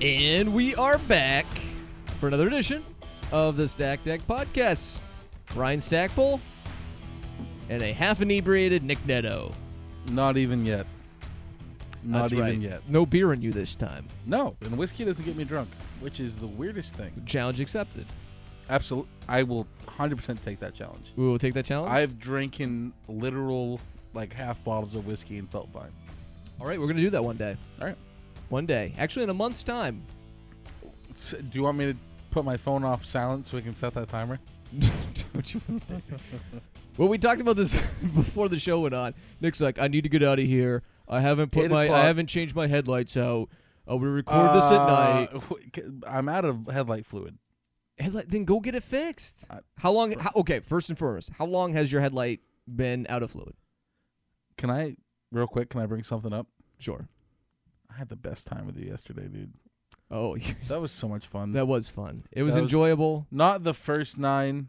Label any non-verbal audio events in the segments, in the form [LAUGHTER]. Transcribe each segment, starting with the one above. And we are back for another edition of the Stack Deck Podcast. Ryan Stackpole and a half inebriated Nick Netto. Not even yet. Not That's even right. yet. No beer in you this time. No, and whiskey doesn't get me drunk, which is the weirdest thing. Challenge accepted. Absolutely, I will 100% take that challenge. We will take that challenge. I've drinking literal like half bottles of whiskey and felt fine. All right, we're going to do that one day. All right. One day. Actually, in a month's time. [LAUGHS] S- do you want me to put my phone off silent so we can set that timer? Don't you want to Well, we talked about this [LAUGHS] before the show went on. Nick's like, I need to get out of here. I haven't put Eight my, I o'clock. haven't changed my headlights out. Uh, we record this at [LAUGHS] night. night. Uh, I'm out of headlight fluid. Headlight, then go get it fixed. I- how long? How, okay, first and foremost, how long has your headlight been out of fluid? Can I, real quick, can I bring something up? Sure. I had the best time with you yesterday, dude. Oh, [LAUGHS] That was so much fun. that was fun. It was That was- enjoyable. Not the first nine,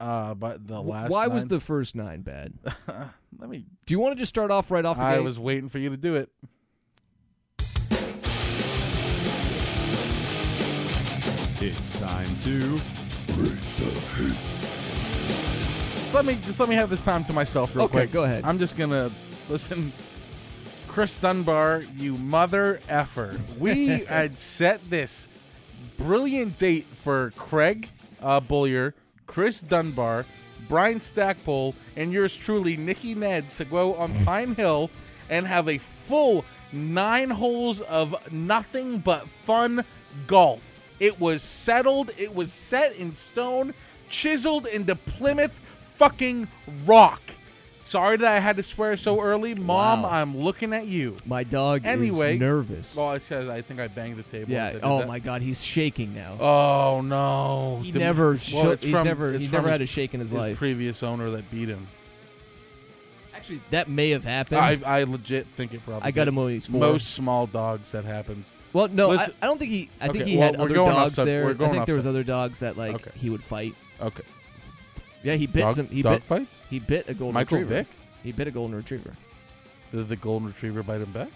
uh, but the Wh- last. Why was nine. the first nine bad? Let me. Do you want to just start off right off the I gate? was waiting for you to do it. It's time to. Just let me just let me have this time to myself real Okay, quick. go ahead. I'm just gonna listen. Chris Dunbar, you mother effer. [LAUGHS] We had set this brilliant date for Craig uh, Bullier, Chris Dunbar, Brian Stackpole, and yours truly, Nikki Ned, to go on Pine Hill and have a full nine holes of nothing but fun golf. It was settled, it was set in stone, chiseled into Plymouth fucking rock. Sorry that I had to swear so early. Mom, Wow. I'm looking at you. My dog Anyway. is nervous. Well, I said I think I banged the table. yeah. as I did Oh that. my God, he's shaking now. Oh no! he The- never. shook- it's he's from- never. it's He's from never had a his- shake in his, his life. previous owner that beat him. Actually, that may have happened. I, I legit think it probably. I got did. him when he's four. Most small dogs that happens. Well, no, Listen- I, I don't think he. I think Okay, he well, had we're other going off dogs sub- there. we're I going think off there was sub- other dogs that like Okay. he would fight. Okay. Yeah, he bit dog some. He dog bit. fights. He bit a golden Michael retriever. Vick. He bit a golden retriever. Did the golden retriever bite him back?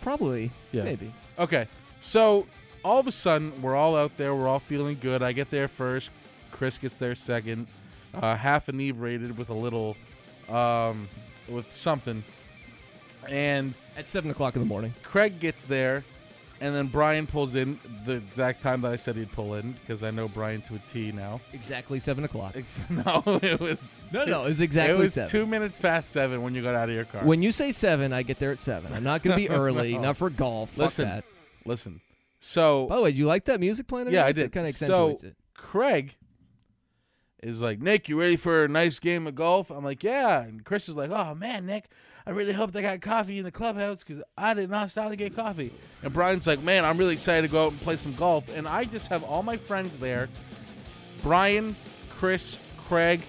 Probably. Yeah. Maybe. Okay. So all of a sudden, we're all out there. We're all feeling good. I get there first. Chris gets there second. Uh, half inebriated with a little, um, with something, and At seven o'clock in the morning. Craig gets there, and then Brian pulls in the exact time that I said he'd pull in because I know Brian to a T now. [LAUGHS] Exactly seven o'clock. It's, no, it was No, two- no, it was exactly it was seven. two minutes past seven when you got out of your car. When you say seven, I get there at seven. I'm not [LAUGHS] going to be early. Not for golf. Listen. Fuck that. Listen, so By the way, do you like that music playing? Yeah, I underneath? did. It kind of So- accentuates it. Craig is like, Nick, you ready for a nice game of golf? I'm like, yeah. And Chris is like, oh man, Nick, I really hope they got coffee in the clubhouse because I did not stop to get coffee. And Brian's like, man, I'm really excited to go out and play some golf. And I just have all my friends there Brian, Chris, Craig.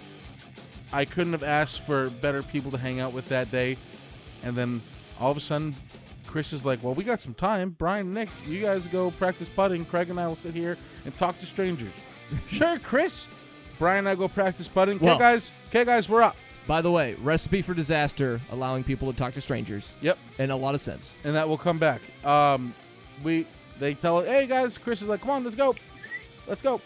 I couldn't have asked for better people to hang out with that day. And then all of a sudden, Chris is like, well, we got some time. Brian, Nick, you guys go practice putting. Craig and I will sit here and talk to strangers. sure, Chris. Brian and I go practice putting. Well- okay, guys. Okay, guys, we're up. By the way, recipe for disaster: allowing people to talk to strangers. Yep. In a lot of sense. and that will come back. Um, we they tell hey guys, Chris is like, come on, let's go, let's go.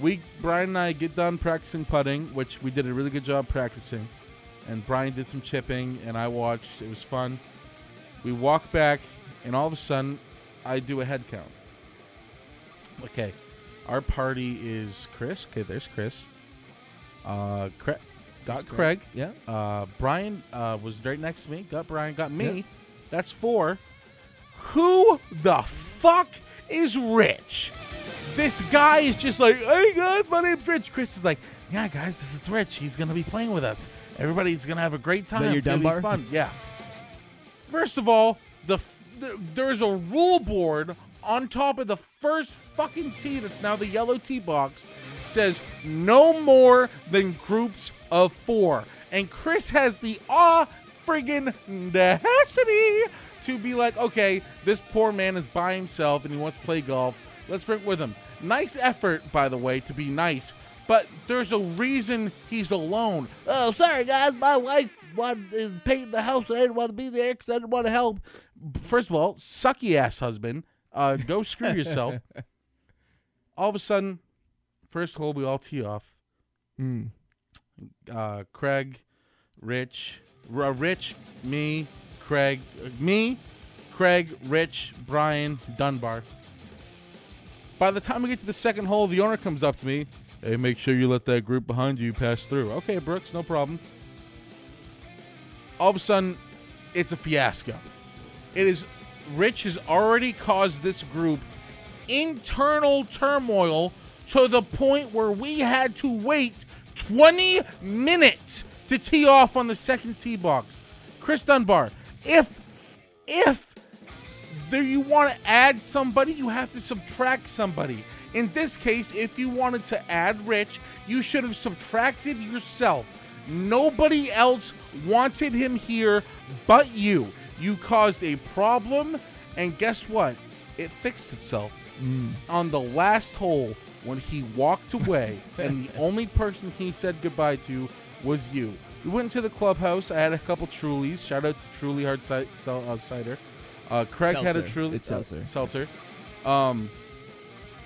We Brian and I get done practicing putting, which we did a really good job practicing, and Brian did some chipping, and I watched. It was fun. We walk back, and all of a sudden, I do a head count. Okay, our party is Chris. Okay, there's Chris. Uh, Cra- got That's Craig. correct. Yeah. Uh, Brian uh, was right next to me. Got Brian. Got me. Yeah. That's four. Who the fuck is Rich? This guy is just like, hey guys, my name's Rich. Chris is like, yeah guys, this is Rich. He's gonna be playing with us. Everybody's gonna have a great time. your it's gonna Dunbar? be fun. Yeah. First of all, the, f- the there's a rule board on top of the first fucking tee that's now the yellow tee box says no more than groups of four, and Chris has the ah friggin' necessity to be like, okay, this poor man is by himself and he wants to play golf. Let's bring it with him. Nice effort, by the way, to be nice. But there's a reason he's alone. Oh, sorry guys, my wife wanted, is painting the house. I didn't want to be there because I didn't want to help. First of all, sucky ass husband. Uh, go screw yourself. all of a sudden, first hole, we all tee off. Mm. Uh, Craig, Rich, R- uh, Rich, me, Craig, uh, me, Craig, Rich, Brian, Dunbar. By the time we get to the second hole, the owner comes up to me. Hey, make sure you let that group behind you pass through. Okay, Brooks, no problem. All of a sudden, it's a fiasco. It is Rich has already caused this group internal turmoil to the point where we had to wait 20 minutes to tee off on the second tee box. Chris Dunbar, if if there you want to add somebody, you have to subtract somebody. In this case, if you wanted to add Rich, you should have subtracted yourself. Nobody else wanted him here but you. You caused a problem, and guess what? It fixed itself on the last hole when he walked away, and the only person he said goodbye to was you. We went to the clubhouse. I had a couple Trulies. Shout out to Truly Hard Ci- Cel- uh, Cider. Uh, Craig had a Seltzer. Truly. uh, It's seltzer. seltzer. Um,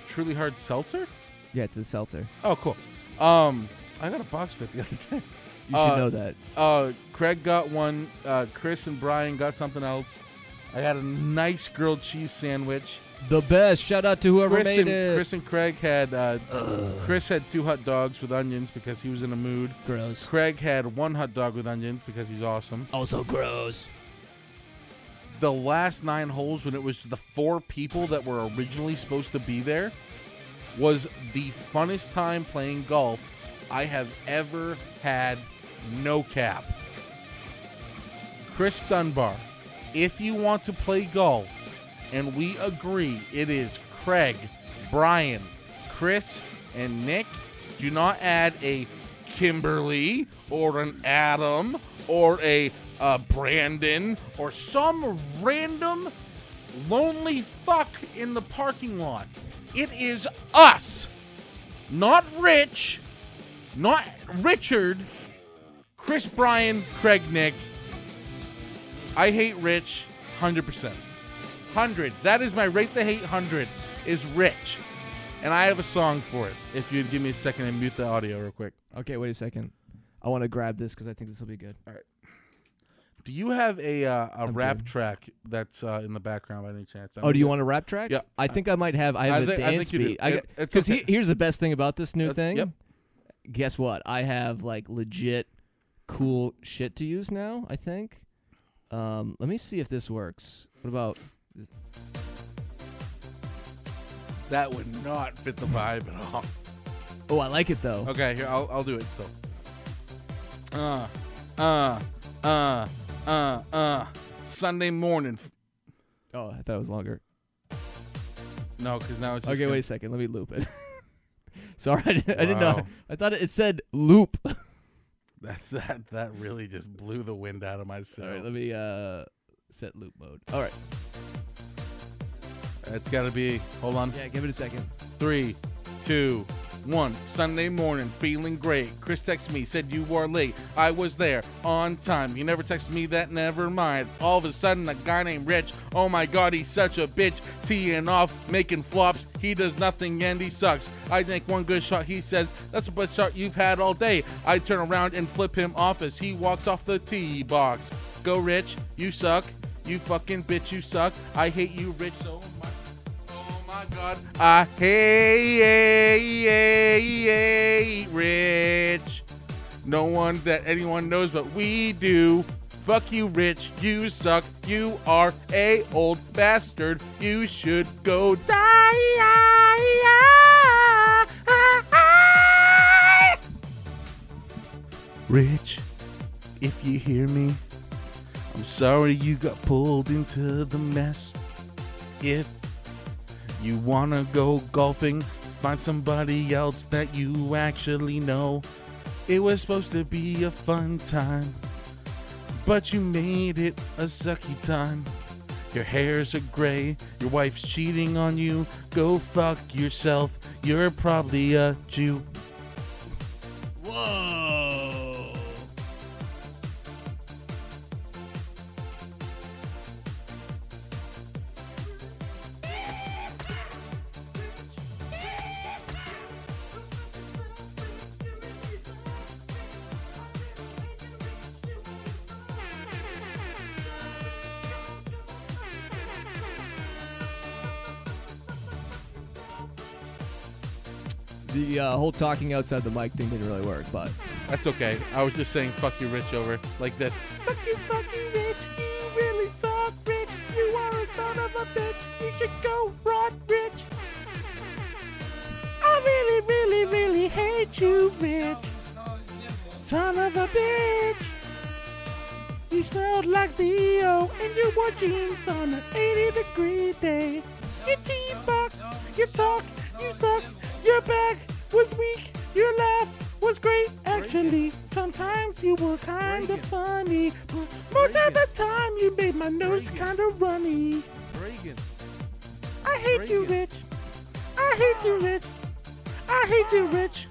Truly Hard Seltzer? Yeah, it's a seltzer. Oh, cool. Um, I got a box fit the other day. You should Uh, know that. [LAUGHS] Uh, Craig got one. Uh, Chris and Brian got something else. I got a nice grilled cheese sandwich. The best. Shout out to whoever Chris made and, it. Chris and Craig had uh, Chris had two hot dogs with onions because he was in a mood. gross. Craig had one hot dog with onions because he's awesome. Also gross. The last nine holes, when it was the four people that were originally supposed to be there, was the funnest time playing golf I have ever had. No cap. Chris Dunbar, if you want to play golf, and we agree it is Craig, Brian, Chris, and Nick, do not add a Kimberly or an Adam or a uh, Brandon or some random lonely fuck in the parking lot. It is us, not Rich, not Richard, Chris Bryan, Craig Nick. I hate Rich 100%. 100. That is my rate the hate 100 is Rich. And I have a song for it. If you'd give me a second and mute the audio real quick. Okay, wait a second. I want to grab this because I think this will be good. Do you have a uh, a rap good. track that's uh, in the background by any chance? I Oh, don't do you know. want a rap track? Yeah. uh, I think I might have. I have I a thi- I think dance you do. beat. I It- got- it's okay. here's the best thing about this new That's- thing. yep. Guess what? I have like legit cool shit to use now. I think. Um, let me see if this works. What about? That would not fit the vibe at [LAUGHS] all. Oh, I like it though. Okay, here I'll, I'll do it still. Uh, uh, uh, uh, uh. Sunday morning. F- Oh, I thought it was longer. No, because now it's just Okay, gonna- wait a second. Let me loop it. [LAUGHS] Sorry, I didn't, I didn't know. Wow. I thought it, it said loop. [LAUGHS] That that that really just blew the wind out of my All right, sail. [LAUGHS] let me uh set loop mode. All right. It's got to be. Hold on. Yeah, give it a second. Three, two, one. Sunday morning, feeling great. Chris texted me, said you were late. I was there on time. You never texted me that, never mind. All of a sudden, a guy named Rich, oh my god, he's such a bitch. Teeing off, making flops. He does nothing and he sucks. I make one good shot, he says, that's the best shot you've had all day. I turn around and flip him off as he walks off the tee box. Go, Rich, you suck. You fucking bitch, you suck. I hate you, Rich, so much. Oh my God! Ah, I hate Rich. No one that anyone knows, but we do. Fuck you, Rich. You suck. You are a old bastard. You should go die. Rich, if you hear me, I'm sorry you got pulled into the mess. If you wanna go golfing? Find somebody else that you actually know. It was supposed to be a fun time, but you made it a sucky time. Your hairs are gray, your wife's cheating on you. Go fuck yourself, you're probably a Jew. Whoa. the uh, whole talking outside the mic thing didn't really work, but That's okay. I was just saying fuck you, Rich, over like this. Fuck you, fuck you, Rich. You really suck, Rich. You are a son of a bitch. You should go rot, Rich. I really, really, really hate you, Rich. Son of a bitch. You smelled like the EO and you're watching on an 80 degree day. Your tea box, your talk, you suck. Your back was weak, your laugh was great actually. Sometimes you were kinda funny, but most of the time you made my nose kinda runny. I hate you, Rich. I hate you, Rich. I hate you, Rich.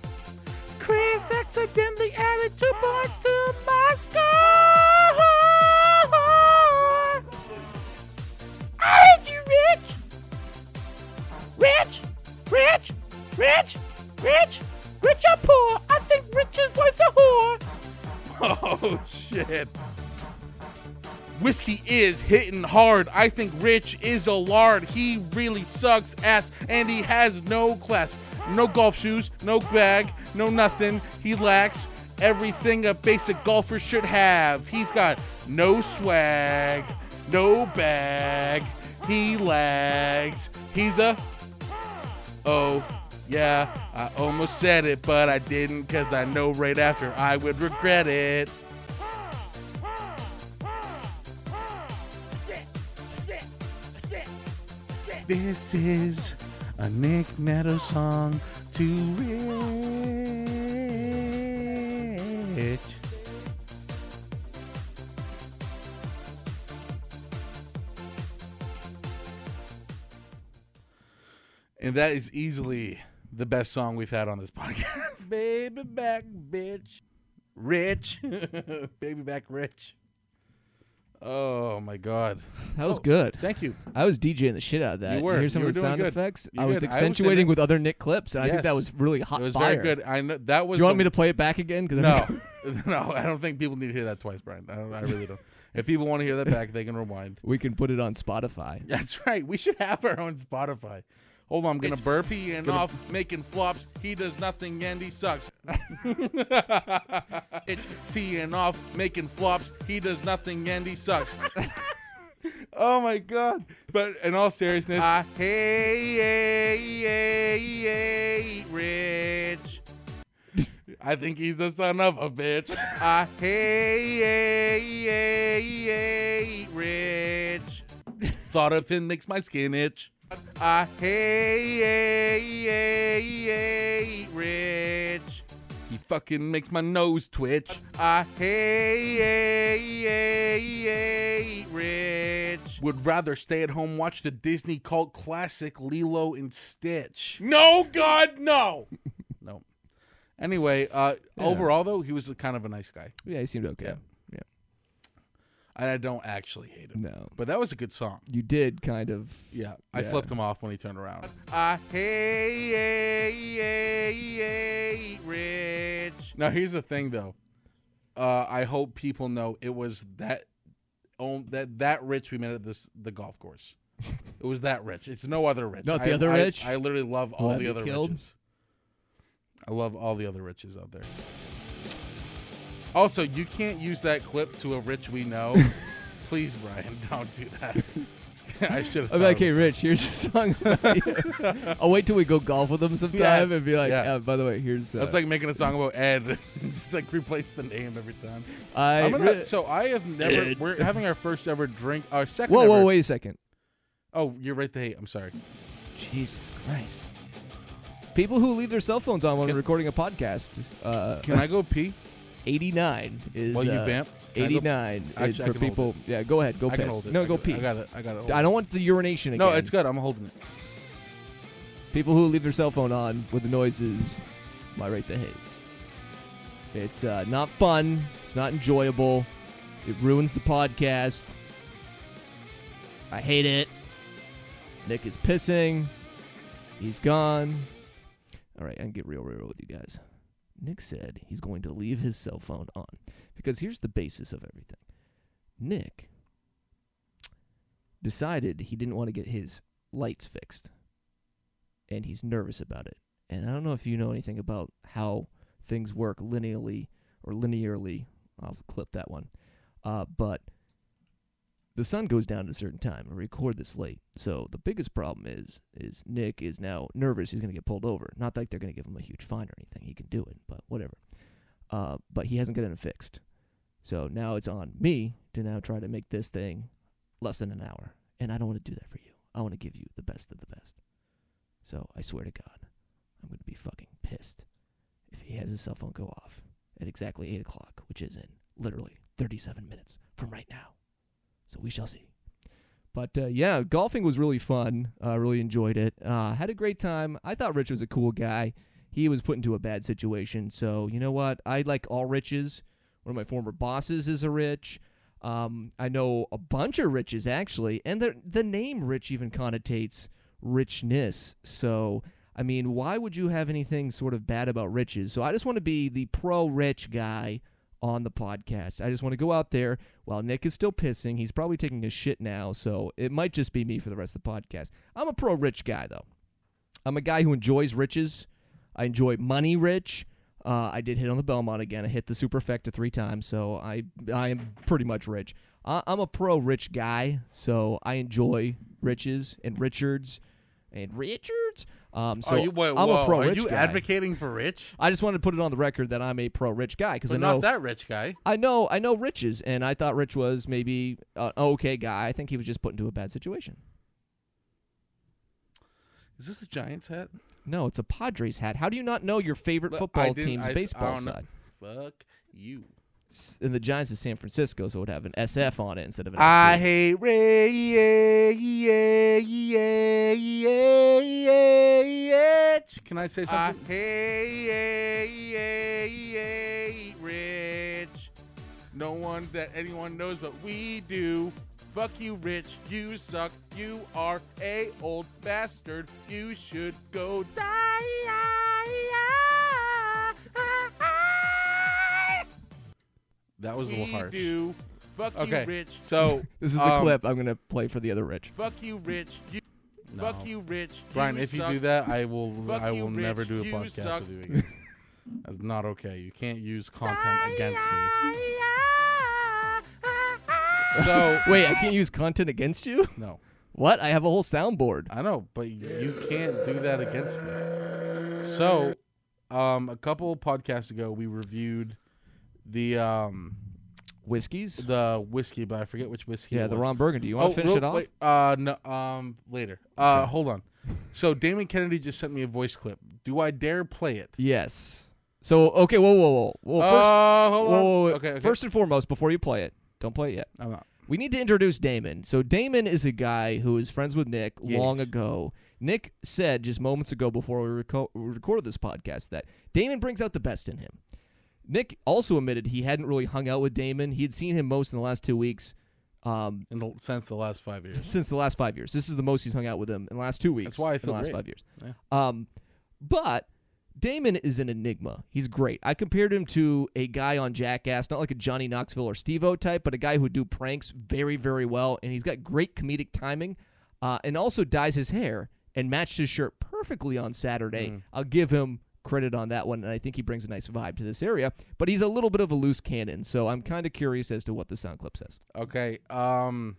Chris accidentally added two points to my score. I hate you, Rich. Rich, Rich, Rich, Rich, Rich are poor. I think Rich's wife's a whore. [LAUGHS] Oh shit. Whiskey is hitting hard. I think Rich is a lard. He really sucks ass and he has no class. No golf shoes, no bag, no nothing. He lacks everything a basic golfer should have. He's got no swag, no bag. He lags. He's a. Oh, yeah, I almost said it, but I didn't because I know right after I would regret it. This is a Nick Netto song to Rich. And that is easily the best song we've had on this podcast. [LAUGHS] Baby back, bitch. Rich. [LAUGHS] Baby back, rich. Oh, my God. that was good. Thank [LAUGHS] you. I was DJing the shit out of that. You were. hear some You of the were doing sound good. effects. You I was did. I was in accentuating it. with other Nick clips, and I think that Yes. was really hot It was fire. very good. I know that was. You want me the- to play it back again? Because [LAUGHS] [LAUGHS] No, no. I don't think people need to hear that twice, Brian. I, don't, I really don't. If people want to hear that back, they can rewind. we can put it on Spotify. [LAUGHS] That's right. We should have our own Spotify. Hold on, I'm gonna burp. He and off making flops. He does nothing and he sucks. [LAUGHS] it's T and off making flops. He does nothing and he sucks. [LAUGHS] oh my god! But in all seriousness, I hate Rich. Ah, I think he's a son of a bitch. I hate Rich. Thought of him makes my skin itch. I hate Rich. He fucking makes my nose twitch. I hate Rich. Would rather stay at home watch the Disney cult classic Lilo and Stitch. No, God, no. [LAUGHS] no. Anyway, uh, overall though, he was kind of a nice guy. Yeah, he seemed okay. Yeah. And I don't actually hate him. No. But that was a good song. You did kind of. Yeah, I Yeah. flipped him off when he turned around. I hate Rich. Now here's the thing, though. Uh, I hope people know it was that um, that that Rich we met at this the golf course. it was that Rich. It's no other Rich. Not the I- other I- Rich? I literally love all Glad the you other killed. riches. I love all the other riches out there. Also, you can't use that clip to a rich we [LAUGHS] know. Please, Brian, don't do that. [LAUGHS] I should. I'm like, hey, Oh, Rich, here's a song. [LAUGHS] [LAUGHS] I'll wait till we go golf with him sometime Yes. and be like, Yeah. uh, by the way, here's. Uh, That's like making a song about Ed. [LAUGHS] Just like replace the name every time. I. I'm gonna- re- so I have never. Ed. We're having our first ever drink. Our second. whoa, whoa, ever- wait a second. Oh, you're right. The hate. I'm sorry. Jesus Christ. People who leave their cell phones on when Can- recording a podcast, uh, Can [LAUGHS] I go pee 89 is. while uh, you vamp? Can I go- 89 I- is I for can hold people. Yeah, go ahead. Go I piss. can hold it. No, I go got- pee. I got it. I got it. I don't want the urination again. No, it's good. I'm holding it. People who leave their cell phone on with the noises, my rate the hate. It's uh, not fun. It's not enjoyable. It ruins the podcast. I hate it. Nick is pissing. He's gone. All right, I can get real, real with you guys. Nick said he's going to leave his cell phone on because here's the basis of everything. Nick decided he didn't want to get his lights fixed and he's nervous about it. And I don't know if you know anything about how things work linearly or linearly. I'll clip that one. Uh, but the sun goes down at a certain time. I record this late, so the biggest problem is is Nick is now nervous. He's gonna get pulled over. Not like they're gonna give him a huge fine or anything. He can do it, but whatever. Uh, but he hasn't gotten it fixed, so now it's on me to now try to make this thing less than an hour. And I don't want to do that for you. I want to give you the best of the best. So I swear to God, I'm gonna be fucking pissed if he has his cell phone go off at exactly eight o'clock, which is in literally 37 minutes from right now. So we shall see. But uh, yeah, golfing was really fun. I really enjoyed it. Uh, had a great time. I thought Rich was a cool guy. He was put into a bad situation. So you know what? I like all riches. One of my former bosses is a rich. Um, I know a bunch of riches actually, and the the name Rich even connotates richness. So I mean, why would you have anything sort of bad about riches? So I just want to be the pro rich guy on the podcast. I just want to go out there while Nick is still pissing. He's probably taking a shit now, so it might just be me for the rest of the podcast. I'm a pro rich guy, though. I'm a guy who enjoys riches. I enjoy money rich. Uh, I did hit on the Belmont again. I hit the superfecta three times, so I I am pretty much rich. I, I'm a pro rich guy, so I enjoy riches and Richards and Richards. Um, so are you, wait, I'm whoa, a pro are rich you guy. advocating for rich? I just wanted to put it on the record that I'm a pro rich guy because I But know not that rich guy. I know, I know Rich's, and I thought Rich was maybe an okay guy. I think he was just put into a bad situation. Is this a Giants hat? No, it's a Padres hat. How do you not know your favorite But I football didn't- team's I- I baseball don't know. side? Fuck you. S- And the Giants is San Francisco, so it would have an SF on it instead of an I SD. hate Ray. Yeah, yeah, yeah, yeah, yeah, yeah. Can I say something? I hate Rich. No one that anyone knows, but we do. Fuck you, Rich. You suck. You are a old bastard. You should go die. That was a We little harsh. do. Fuck Okay. you, Rich. So This is the um, clip I'm going to play for the other Rich. Fuck you, Rich. You, No. [LAUGHS] Fuck you, Rich. You Brian, if you suck. do that, I will. Fuck I you, will never Rich. do a You podcast suck. with you again. [LAUGHS] That's not okay. You can't use content against me. So [LAUGHS] Wait, I can't use content against you? [LAUGHS] no, What? I have a whole soundboard. I know, but you can't do that against me. So, um, a couple podcasts ago, we reviewed the um Whiskeys? the whiskey, but I forget which whiskey. Yeah, it the was. Ron Burgundy. You want to Oh, finish real- it off? wait, uh, no, um, later. Uh, hold on. So Damon Kennedy just sent me a voice clip. Do I dare play it? Yes. So, okay, whoa, whoa, whoa. Well, first, uh, hold whoa, on. whoa, whoa. Okay, okay. first and foremost, before you play it, don't play it yet. I'm not. We need to introduce Damon. So Damon is a guy who is friends with Nick Yes. long ago. Nick said just moments ago before we reco- recorded this podcast that Damon brings out the best in him. Nick also admitted he hadn't really hung out with Damon. He had seen him most in the last two weeks, um, in the, since the last five years. since the last five years. This is the most he's hung out with him in the last two weeks. why I in the feel last great. five years. Yeah. Um, but Damon is an enigma. He's great. I compared him to a guy on Jackass, not like a Johnny Knoxville or Steve-O type, but a guy who do pranks very, very well, and he's got great comedic timing, uh, and also dyes his hair and matched his shirt perfectly on Saturday. Mm. I'll give him credit on that one, and I think he brings a nice vibe to this area. But he's a little bit of a loose cannon, so I'm kind of curious as to what the sound clip says. Okay. Um.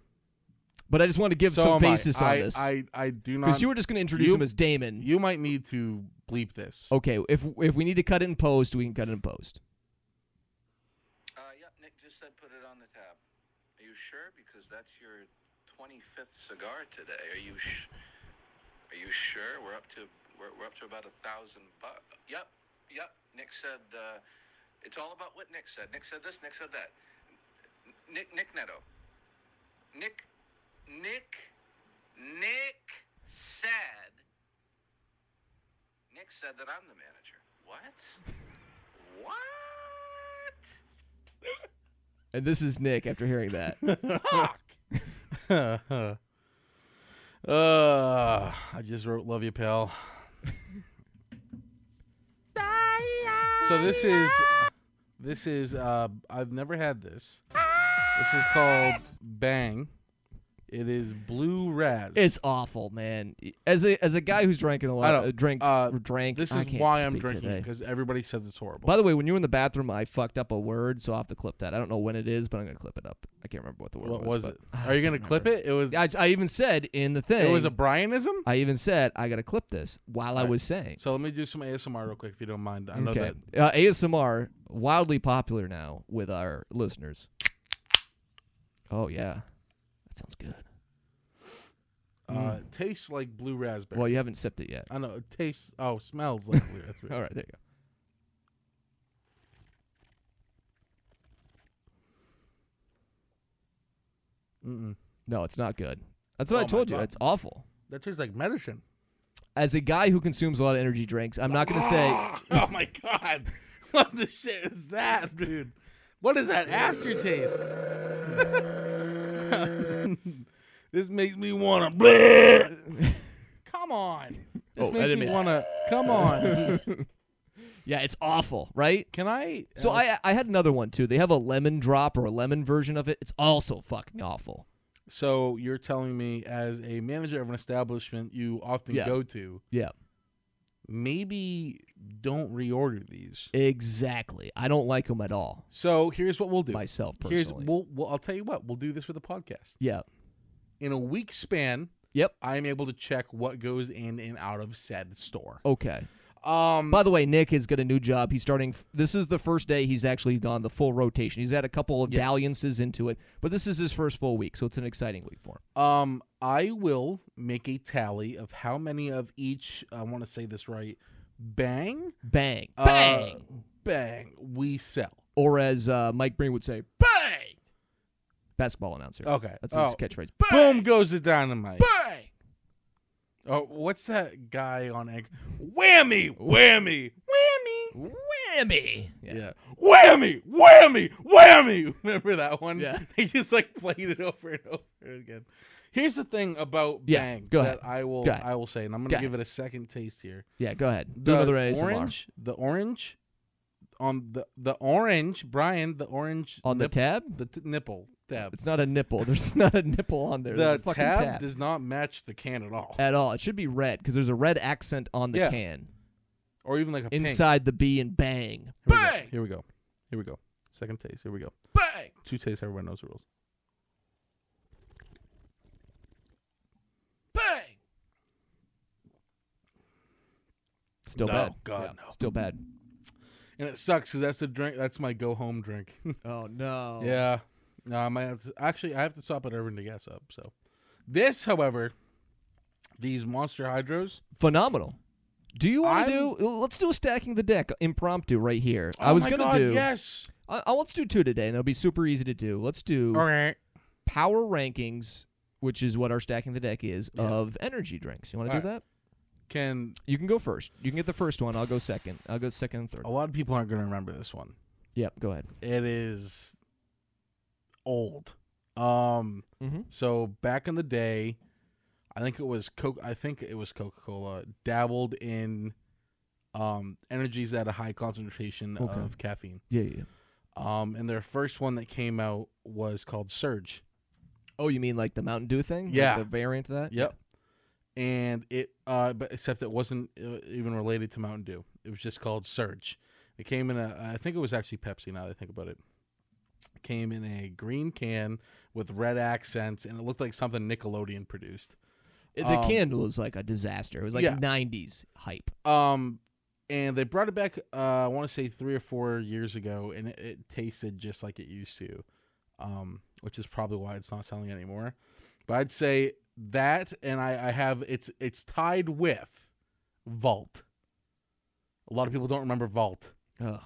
But I just want to give so some am I. basis I, on this I, I do not. because you were just going to introduce you- him as Damon. you might need to bleep this. Okay, if if we need to cut it in post, we can cut it in post. Uh, yep, Nick just said put it on the tab. Are you sure? Because that's your 25th cigar today. Are you sh- Are you sure? We're up to we're, we're up to about a thousand bucks. Yep, yep. Nick said uh, it's all about what Nick said. Nick said this. Nick said that. N- Nick Nick Neto. Nick Nick Nick said. Nick said that I'm the manager. What? What? And this is Nick after hearing that. uh, Oh. I just wrote "Love You, Pal." so this is this is uh, I've never had this. This is called Bang. It is Blue Raz. [LAUGHS] It's awful, man. As a as a guy who's drinking a lot, I know. uh, drink, Uh, or drank. this I is can't why I'm speak drinking today. because everybody says it's horrible. By the way, when you were in the bathroom, I fucked up a word, so I will have to clip that. I don't know when it is, but I'm gonna clip it up. I can't remember what the word what was but- it? Are you gonna clip it? It was. I, I even said in the thing. It was a Brianism. I even said I gotta clip this while I Alright. was saying. So let me do some ASMR real quick if you don't mind. I know okay. that Uh, ASMR wildly popular now with our listeners. Oh yeah, that sounds good. uh, Mm. it tastes like blue raspberry. Well, you haven't sipped it yet. I know it tastes. Oh, smells like blue [LAUGHS] raspberry. All right, there you go. Mm-mm. No, it's not good. That's what Oh I my told you. God. It's awful. That tastes like medicine. As a guy who consumes a lot of energy drinks, I'm not going to [GASPS] say [LAUGHS] oh my god! [LAUGHS] What the shit is that, dude? What is that aftertaste? [LAUGHS] this makes me wanna. [LAUGHS] come on. This Oh, I makes didn't me mean- wanna. [LAUGHS] Come on. Yeah, it's awful, right? Can I? So I I had another one too. They have a lemon drop or a lemon version of it. It's also fucking awful. So you're telling me, as a manager of an establishment you often Yeah. go to, Yeah. maybe don't reorder these. Exactly. I don't like them at all So here's what we'll do. myself here's personally. we'll, we'll I'll tell you what we'll do this for the podcast. yeah. In a week span, Yep. I am able to check what goes in and out of said store. Okay. Um, By the way, Nick has got a new job. He's starting. f- This is the first day he's actually gone the full rotation. He's had a couple of dalliances into it, but this is his first full week, so it's an exciting week for him. um, I will make a tally of how many of each. I want to say this right. Bang, Bang, uh, bang, bang. We sell. or as uh, Mike Breen would say, Bang. basketball announcer. Okay. that's oh. his catchphrase. Boom goes the dynamite. Bang. Oh, what's that guy on egg? Whammy, whammy, whammy. Whammy. Yeah. Yeah. Whammy, whammy, whammy. [LAUGHS] Remember that one? Yeah. [LAUGHS] They just like played it over and over again. Here's the thing about Yeah, Bang go ahead. that I will Go ahead. I will say, and I'm Go gonna ahead. give it a second taste here. Yeah, go ahead. Do The another ASMR. orange, the orange on the the orange, Brian, the orange on the nip- tab. the t- nipple tab. It's not a nipple. [LAUGHS] There's not a nipple on there. the There's a fucking tab, tab, does not match the can at all, at all. It should be red because there's a red accent on the Yeah. can or even like a pink. inside the B and bang. Here we go. Here we go. Here we go. Second taste. Here we go. Bang. Two tastes. Everyone knows the rules. Bang. Still No, bad. God, no. Still bad. And it sucks because that's the drink. That's my go home drink. [LAUGHS] Oh no. yeah. No, I might have to. Actually, I have to stop at Urban to guess up. So, this, however, these monster hydros. Phenomenal. Do you want I'm- to do? Let's do a stacking the deck impromptu right here. I Oh was my gonna God, do. yes. I, I- let's do two today, and that'll be super easy to do. Let's do power rankings, which is what our stacking the deck is of energy drinks. You want to do that? Can You can go first. You can get the first one. I'll go second. I'll go second and third. a lot of people aren't going to remember this one? Yep. Go ahead. It is old. Um. Mm-hmm. So back in the day, I think it was Coke. I think it was Coca Cola dabbled in um, energies at a high concentration Okay. of caffeine. Yeah, yeah. yeah. Um, and their first one that came out was called Surge. Oh, you mean like the Mountain Dew thing? Like Yeah. the variant of that. Yep. And it, uh, but except it wasn't uh, even related to Mountain Dew. It was just called Surge. It came in a. I think it was actually Pepsi. Now that I think about it, it came in a green can with red accents, and it looked like something Nickelodeon produced. The Um, candle was like a disaster. It was like yeah. '90s hype. Um, and they brought it back. Uh, I want to say three or four years ago, and it, it tasted just like it used to. Um, which is probably why it's not selling anymore. But I'd say that, and I, I have it's it's tied with Vault. A lot of people don't remember Vault. Oh,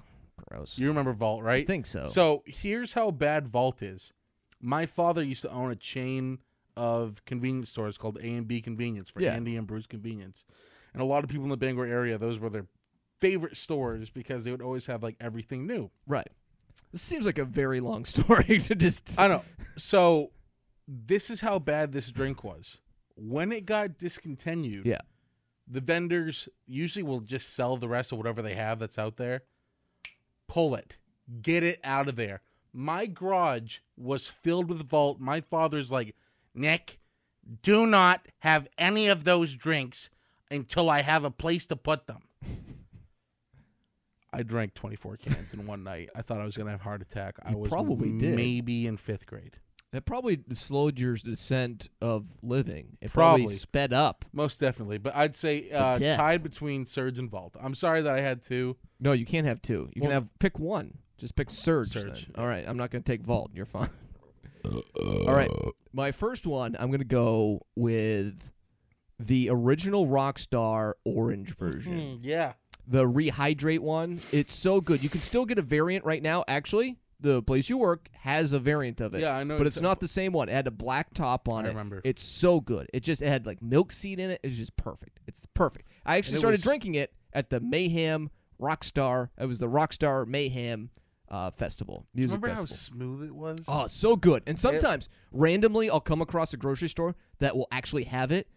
gross. You remember Vault, I right? think so. So here's how bad Vault is. My father used to own a chain of convenience stores called A and B Convenience for Yeah. Andy and Bruce Convenience, and a lot of people in the Bangor area, those were their favorite stores because they would always have like everything new. right. This seems like a very long [LAUGHS] story to just. I know. [LAUGHS] So this is how bad this drink was. When it got discontinued, Yeah. the vendors usually will just sell the rest of whatever they have that's out there. Pull it. Get it out of there. My garage was filled with vault. My father's like, Nick, do not have any of those drinks until I have a place to put them. I drank 24 cans in one night. I thought I was going to have a heart attack. I You was probably did. maybe in 5th grade. That probably slowed your descent of living. It probably, Probably. sped up. Most definitely, but I'd say uh, death. tied between Surge and Vault. I'm sorry that I had two. No, you can't have two. You can Well- have pick one. Just pick Surge. then. Surge, All right, I'm not going to take Vault. You're fine. All right, my first one. I'm going to go with the original Rockstar Orange Hmm. version. Mm, yeah, the rehydrate one. It's so good. You can still get a variant right now. Actually, the place you work has a variant of it. Yeah, I know But it's exactly- not the same one. It had a black top on I it. remember. It's so good. It just it had like milk seed in it. It's just perfect. It's perfect. I actually it started was- drinking it at the Mayhem Rockstar. It was the Rockstar Mayhem uh, festival music Remember how festival. smooth it was? Oh, it's so good. And sometimes randomly I'll come across a grocery store that will actually have it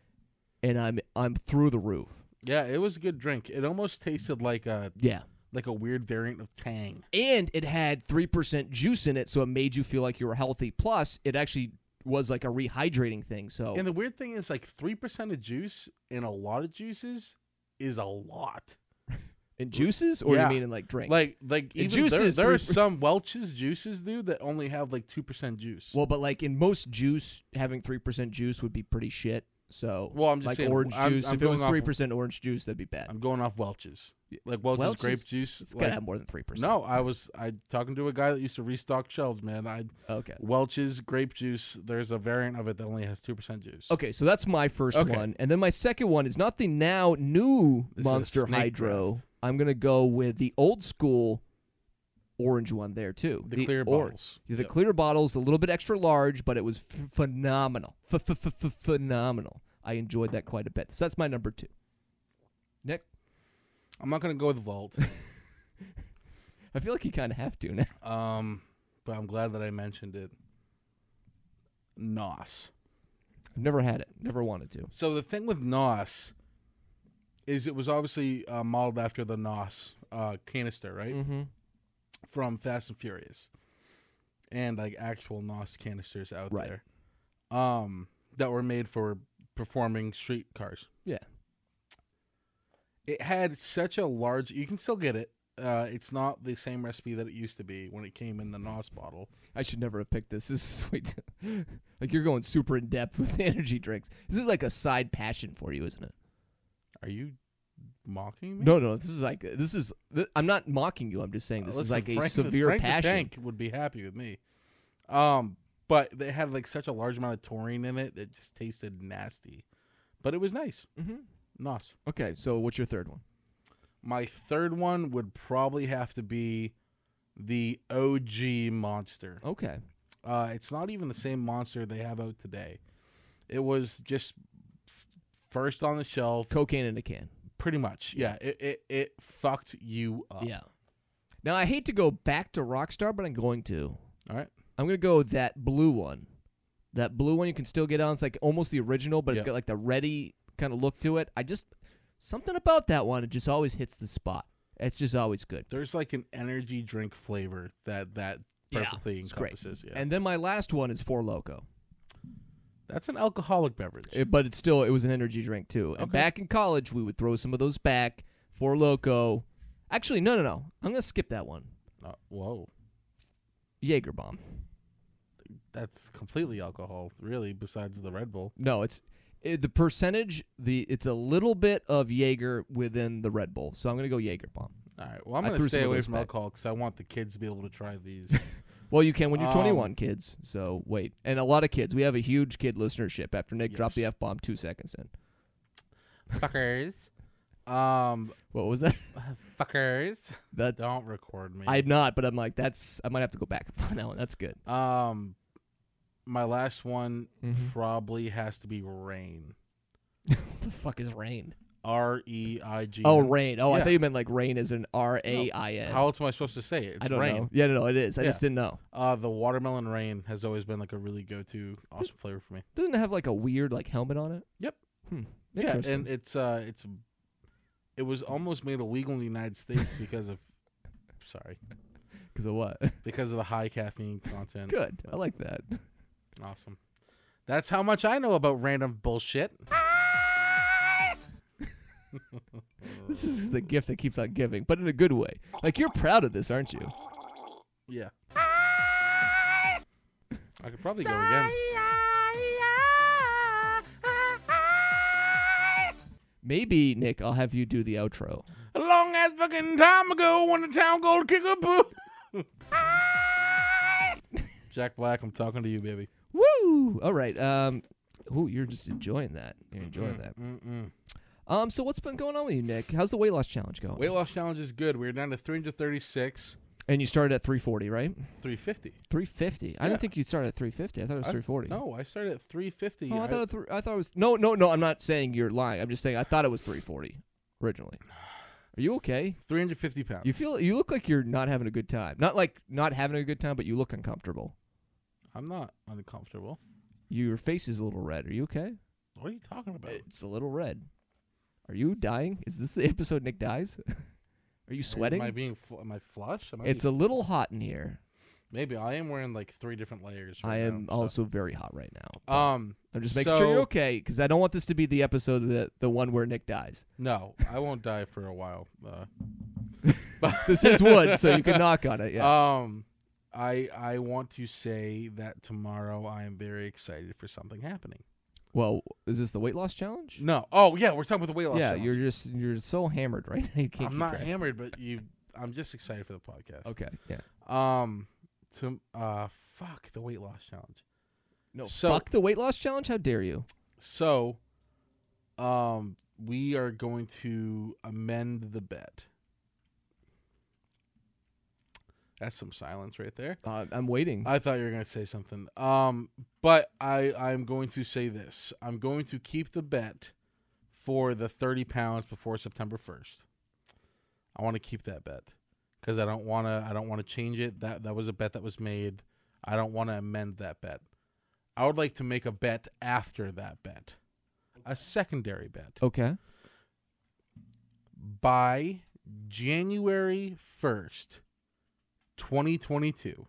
and I'm I'm through the roof. yeah, it was a good drink. It almost tasted like a Yeah. like a weird variant of Tang. and it had 3% juice in it so it made you feel like you were healthy plus it actually was like a rehydrating thing so And the weird thing is, like three percent of juice in a lot of juices is a lot. in juices or Yeah. you mean in like drinks Like like even juices, juices, there, three are per- some Welch's juices, dude, that only have like two percent juice. well but like in most juice having 3% juice would be pretty shit so Well, I'm just like saying, orange I'm- juice I'm if it was going off- 3% orange juice that'd be bad I'm going off Welch's, like Welch's, Welch's- grape juice. it's like- gotta have more than 3% no, I was I talking to a guy that used to restock shelves, man. I okay Welch's grape juice. There's a variant of it that only has two percent juice. Okay, so that's my first Okay. one. And then my second one is not the now new This is a Monster snake Hydro. draft. I'm going to go with the old school orange one there, too. The clear or- bottles. The Yep. clear bottles, a little bit extra large, but it was ph- phenomenal. Phenomenal. I enjoyed that quite a bit. So that's my number two. Nick, I'm not gonna go with Vault, [LAUGHS] I feel like you kind of have to now. [LAUGHS] um, but I'm glad that I mentioned it. Nos. I've never had it, never wanted to. So the thing with Nos is it was obviously uh, modeled after the Nos uh, canister, right, Mm-hmm. from Fast and Furious, and like actual Nos canisters out Right. there, um, that were made for performing street cars. Yeah. it had such a large you can still get it uh, it's not the same recipe that it used to be when it came in the nos bottle I should never have picked this. [LAUGHS] This is way too. like you're going super in depth with [LAUGHS] energy drinks. This is like a side passion for you, isn't it? are you mocking me No, no. This is like this is. Th- I'm not mocking you. I'm just saying Uh, this is listen, like a Frank the- severe Frank the passion. Tank would be happy with me um but they had like such a large amount of taurine in it that just tasted nasty but it was nice Mhm. nos Okay, so what's your third one? my third one would probably have to be the og monster Okay, Uh, it's not even the same monster they have out today. It was just f- first on the shelf, cocaine in a can. pretty much. Yeah, it it, it fucked you up. Yeah. Now I hate to go back to Rockstar, but I'm going to. All right. I'm gonna go with that blue one. That blue one you can still get on. It's like almost the original, but it's Yeah. got like the ready kind of look to it. I just something about that one. It just always hits the spot. It's just always good. There's like an energy drink flavor that that Yeah, perfectly it's great. encompasses. Yeah. And then my last one is Four Loco, that's an alcoholic beverage. It- but it's still it was an energy drink too. And back in college, we would throw some of those back. Four Loco. Actually, no, no, no. I'm gonna skip that one. Uh, whoa. Jaeger bomb. That's completely alcohol, really, besides the Red Bull. No, it's it, the percentage. The it's a little bit of Jaeger within the Red Bull. So I'm gonna go Jaeger bomb. All right. Well, I'm I going threw to some stay of away those from back. alcohol because I want the kids to be able to try [LAUGHS] these. Well, you can when you're Um, 21, kids. So wait, and a lot of kids. We have a huge kid listenership. After Nick dropped the Yes. f bomb two seconds in, fuckers. [SIGHS] Um, what was that? [LAUGHS] fuckers. That Don't record me. I'm not, but I'm like that's. I might have to go back and find that one. That's good. Um, my last one Mhm. probably has to be rain. What [LAUGHS] the fuck is rain? R E I G. Oh, rain. Oh, I Yeah. thought you meant like rain is an R A I N. How else am I supposed to say it? It's I don't rain. know. Yeah, no, no, it is. I Yeah. just didn't know. Uh, the watermelon rain has always been like a really go-to awesome flavor for me. Doesn't it have like a weird like helmet on it? Yep. Hmm. Yeah, Interesting. and it's uh, it's it was almost made illegal in the United States because of sorry because of what? [LAUGHS] because of the high caffeine content. good. I like that. Awesome. That's how much I know about random bullshit. This is the gift that keeps on giving, but in a good way. Like you're proud of this, aren't you? Yeah. I could probably go again. Maybe Nick, I'll have you do the outro. A long ass fucking time ago when the town gold kickapoo. [LAUGHS] Jack Black, I'm talking to you, baby. Woo! All right. Um, ooh, you're just enjoying that. You're Mm, enjoying Mm-hmm. that. Mm-mm. Um, so what's been going on with you, Nick? How's the weight loss challenge going? Weight loss challenge is good. We're down to 336, And you started at 340, right? 350. 350. I didn't think you started at 350. I thought it was 340. No, I started at 350. Oh, I I- thought it th- I thought it was no, no, no. I'm not saying you're lying. I'm just saying I thought it was 340 originally. Are you okay? 350 pounds. You feel you look like you're not having a good time. Not like not having a good time, but you look uncomfortable. I'm not uncomfortable. Your face is a little red. Are you okay? What are you talking about? It's a little red. Are you dying? Is this the [LAUGHS] episode Nick dies? Are you Am I sweating? being fl- am I flush? Am I It's a little hot in here. maybe I am wearing like three different layers. I right am now, so- also very hot right now. Um, I'm just making sure so- you're okay because I don't want this to be the episode that the one where Nick dies. No, I won't die for a while. Uh, This is wood, so you can knock on it. Yeah. Um, I I want to say that tomorrow I am very excited for something happening. well, is this the weight loss challenge? No, oh yeah, we're talking about the weight loss. yeah, challenge. you're just you're so hammered right now. [LAUGHS] You can't. I'm keep not track. hammered, but you. I'm just excited for the podcast. Okay. Yeah. Um, to uh, fuck the weight loss challenge. No. So- fuck the weight loss challenge. How dare you? So, um, we are going to amend the bet. That's some silence right there. Uh, I'm waiting. I thought you were going to say something. Um, but I I'm going to say this. I'm going to keep the bet for the 30 pounds before September 1st. I want to keep that bet cuz I don't want to I don't want to change it. That that was a bet that was made. I don't want to amend that bet. I would like to make a bet after that bet. A secondary bet. okay. By January 1st, 2022,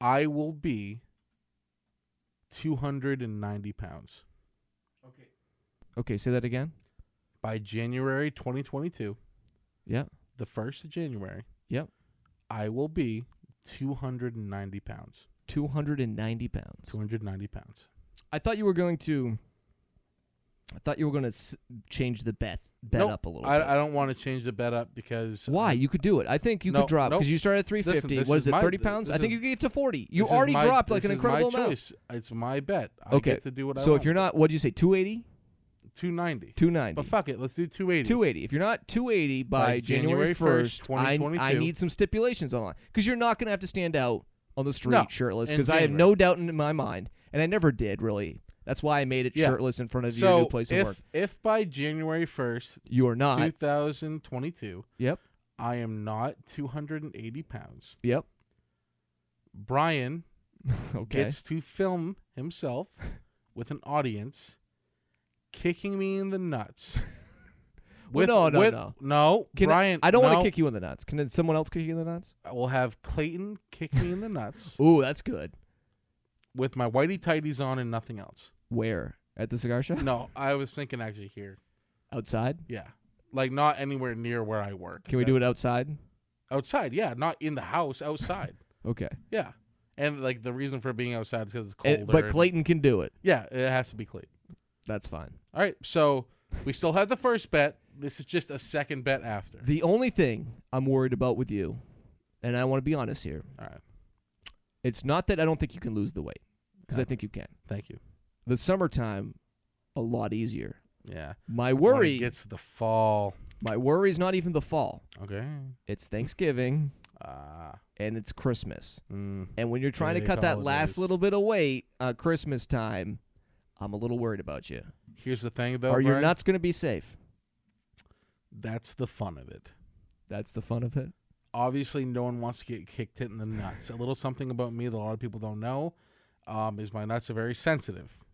I will be 290 pounds. Okay. Say that again. By January 2022, Yeah. the 1st of January, Yep. I will be 290 pounds. 290 pounds. 290 pounds. I thought you were going to. I thought you were going to s- change the bet bet Nope, up a little. I, bit. I don't want to change the bet up because Why? You could do it. I think you No, could drop because nope. you started at 350. this what is is it? my- 30 pounds? this I think is- you could get to 40. You this is already my- dropped like this an is my incredible amount. choice. It's my bet. I Okay. get to do what I so want. if you're not, what would you say? 280, 290. 290. But fuck it, let's do 280. 280. If you're not 280 by, By January January 1st, 2022. I, I need some stipulations online because you're not going to have to stand out on the street No, shirtless in because I have January. no doubt in my mind, and I never did really. That's why I made it Yeah. shirtless in front of your so new place if of work. if by January 1st, You are not. 2022, Yep. I am not 280 pounds. Yep. [LAUGHS] Brian Okay. gets to film [LAUGHS] himself with an audience kicking me in the nuts. [LAUGHS] Well, no, no, no. No, Can I- Brian. I don't no. want to kick you in the nuts. Can then someone else kick you in the nuts? We'll have Clayton kick me in the [LAUGHS] nuts Ooh, that's good. with my whitey tighties on and nothing else. Where? At the cigar [LAUGHS] shop? No, I was thinking actually here. Outside? Yeah. Like not anywhere near where I work. Can we do it outside? outside? Yeah, not in the house, outside. Okay. yeah. And like the reason for being outside is because it's colder. And- but and- Clayton can do it. yeah, it has to be Clayton. That's fine. All right, so we still have the first bet. This is just a second bet after. The only thing I'm worried about with you, and I want to be honest here, All right, It's not that I don't think you can lose the weight, because I think you can. thank you. The summertime, a lot easier. Yeah, My When it worry, gets to the fall. my worry is not even the fall. Okay. It's Thanksgiving Uh, and it's Christmas, mm, and when you're trying to Big cut that last holidays. little bit of weight uh, Christmas time, I'm a little worried about you. here's the thing though. Are your Brian. nuts going to be safe? That's the fun of it. That's the fun of it. obviously no one wants to get kicked in the nuts. a little something about me that a lot of people don't know um, is my nuts are very sensitive.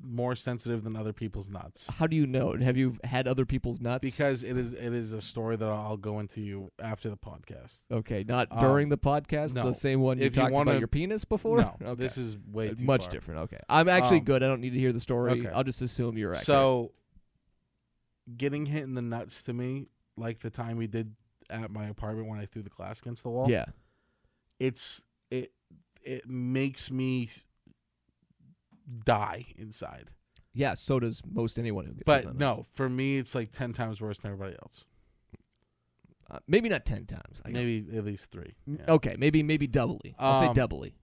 more sensitive than other people's nuts How do you know? it? Have you had other people's nuts? because it is it is a story that I'll go into after the podcast. okay, not Um, during the podcast. no. The same one you If you talked wanna- about your penis before. No, [LAUGHS] okay. this is way Uh, too much far. different. Okay, I'm actually Um, good. I don't need to hear the story. okay. I'll just assume you're accurate. So, getting hit in the nuts to me, like the time we did at my apartment when I threw the glass against the wall. yeah, it's it it makes me die inside. yeah. So does most anyone who gets. hit But in the nuts. no, for me, it's like ten times worse than everybody else. Uh, maybe not ten times. I Maybe at least three. Yeah. Okay, maybe maybe doubly. I'll say Um, doubly.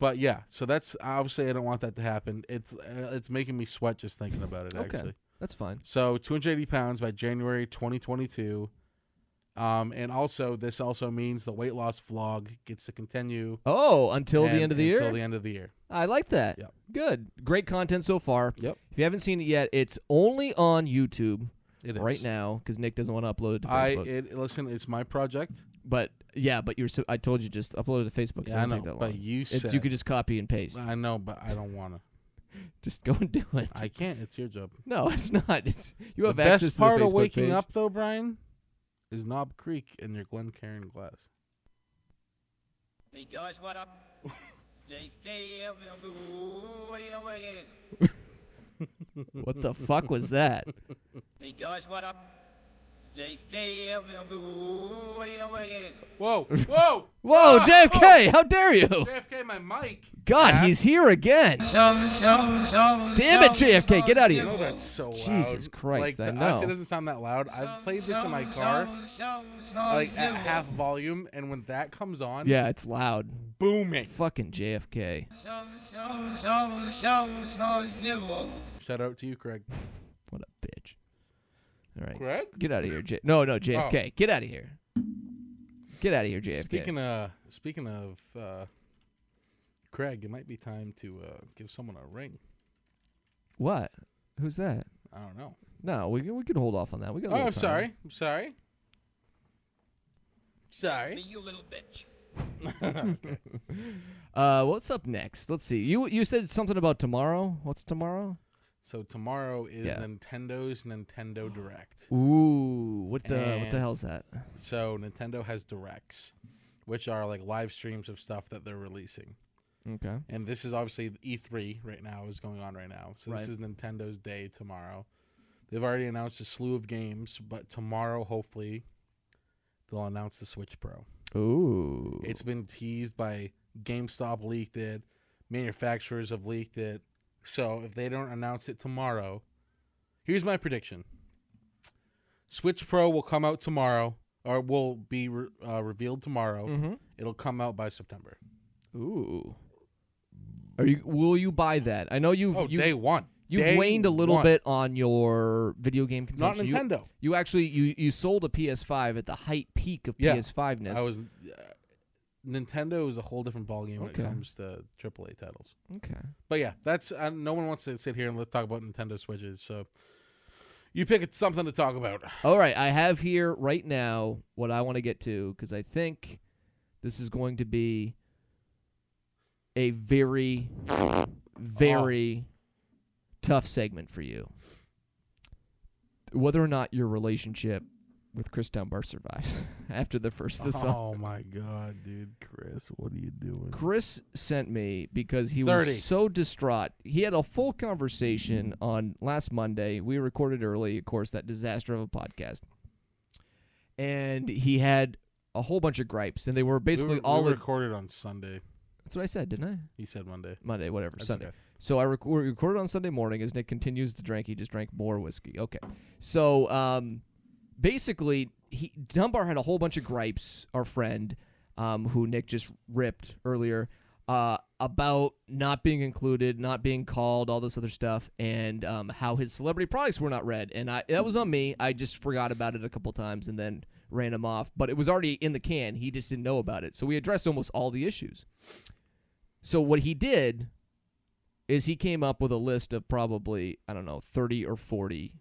But yeah, so that's obviously I don't want that to happen. It's uh, it's making me sweat just thinking about it. Okay. Actually. That's fine. So 280 pounds by January 2022. Um, and also, this also means the weight loss vlog gets to continue Oh, until the and- end of the year. Until the end of the year. I like that. Yep. Good. Great content so far. Yep. If you haven't seen it yet, it's only on YouTube It is right now because Nick doesn't want to upload it to I Facebook. it, listen. It's my project. but yeah, but you're. So, I told you just upload it to Facebook. It Yeah, I doesn't take know. that long. But you it's, said you could just copy and paste. I know, but I don't want to. Just go and do it. I can't. It's your job. no, [LAUGHS] it's not. It's you have the access best to the part of Facebook waking page. up though, Brian, is Knob Creek and your Glencairn glass. Because what up? they say everywhere. What the fuck was that? Because what up? They say everywhere. Whoa! Whoa! [LAUGHS] [LAUGHS] Whoa, oh. JFK! How dare you? JFK, my mic. God, he's here again. Some, some, some. Damn it, some, JFK, get out of No, here. that's so loud. Jesus Christ, Like, I to us, know. it doesn't sound that loud. I've played this in my some, car, some, some, some, like at some, half volume, and when that comes on, Yeah, it's loud. booming. Fucking JFK. some, some, some, some, some, zero. Shout out to you, Craig. What a bitch. All right. Craig. Get out of here, J. No, no, JFK. Get out of here. Get out of here, JFK. Oh. Speaking of speaking of uh, Craig, it might be time to uh, give someone a ring. what? Who's that? I don't know. No, we can, we can hold off on that. We got. a Oh, little I'm time. sorry. I'm sorry. Sorry. You little bitch. Uh, what's up next? Let's see. You you said something about tomorrow. What's tomorrow? So tomorrow is Yeah. Nintendo's Nintendo Direct. Ooh, what the what the And- hell's that? So Nintendo has directs, which are like live streams of stuff that they're releasing. Okay. And this is obviously E3 right now is going on right now. So this Right. is Nintendo's day tomorrow. They've already announced a slew of games, but tomorrow hopefully they'll announce the Switch Pro. Ooh. It's been teased by GameStop leaked it, manufacturers have leaked it. So if they don't announce it tomorrow, here's my prediction: Switch Pro will come out tomorrow, or will be re- uh, revealed tomorrow. Mm-hmm. It'll come out by September. Ooh. Are you? Will you buy that? I know you've Oh, you, day one. you've Day waned a little one. bit on your video game Not consumption. You- Nintendo. You, actually you you sold a PS5 at the height peak of Yeah, PS5 ness. I was. Uh, Nintendo is a whole different ballgame when Okay. it comes to AAA titles. okay. But yeah, that's uh, no one wants to sit here and let's talk about Nintendo Switches. So you pick something to talk about. All right, I have here right now what I want to get to because I think this is going to be a very, very tough segment for you. Whether or not your relationship with Chris Dunbar survives [LAUGHS] after the first of the song. Oh my god, dude, Chris, what are you doing? Chris sent me because he 30. was so distraught. He had a full conversation on last Monday. We recorded early, of course, that disaster of a podcast. And he had a whole bunch of gripes, and they were basically we were- all. we in- recorded on Sunday. that's what I said, didn't I? He said Monday. Monday, whatever, That's Sunday. okay. So I rec- we recorded on Sunday morning as Nick continues to drink. He just drank more whiskey. Okay. So um, basically, he Dunbar had a whole bunch of gripes, our friend, um, who Nick just ripped earlier, uh, about not being included, not being called, all this other stuff, and um, how his celebrity products were not read. And I that was on me. I just forgot about it a couple times and then ran him off. But it was already in the can. He just didn't know about it. So we addressed almost all the issues. So what he did is he came up with a list of probably I don't know thirty or forty.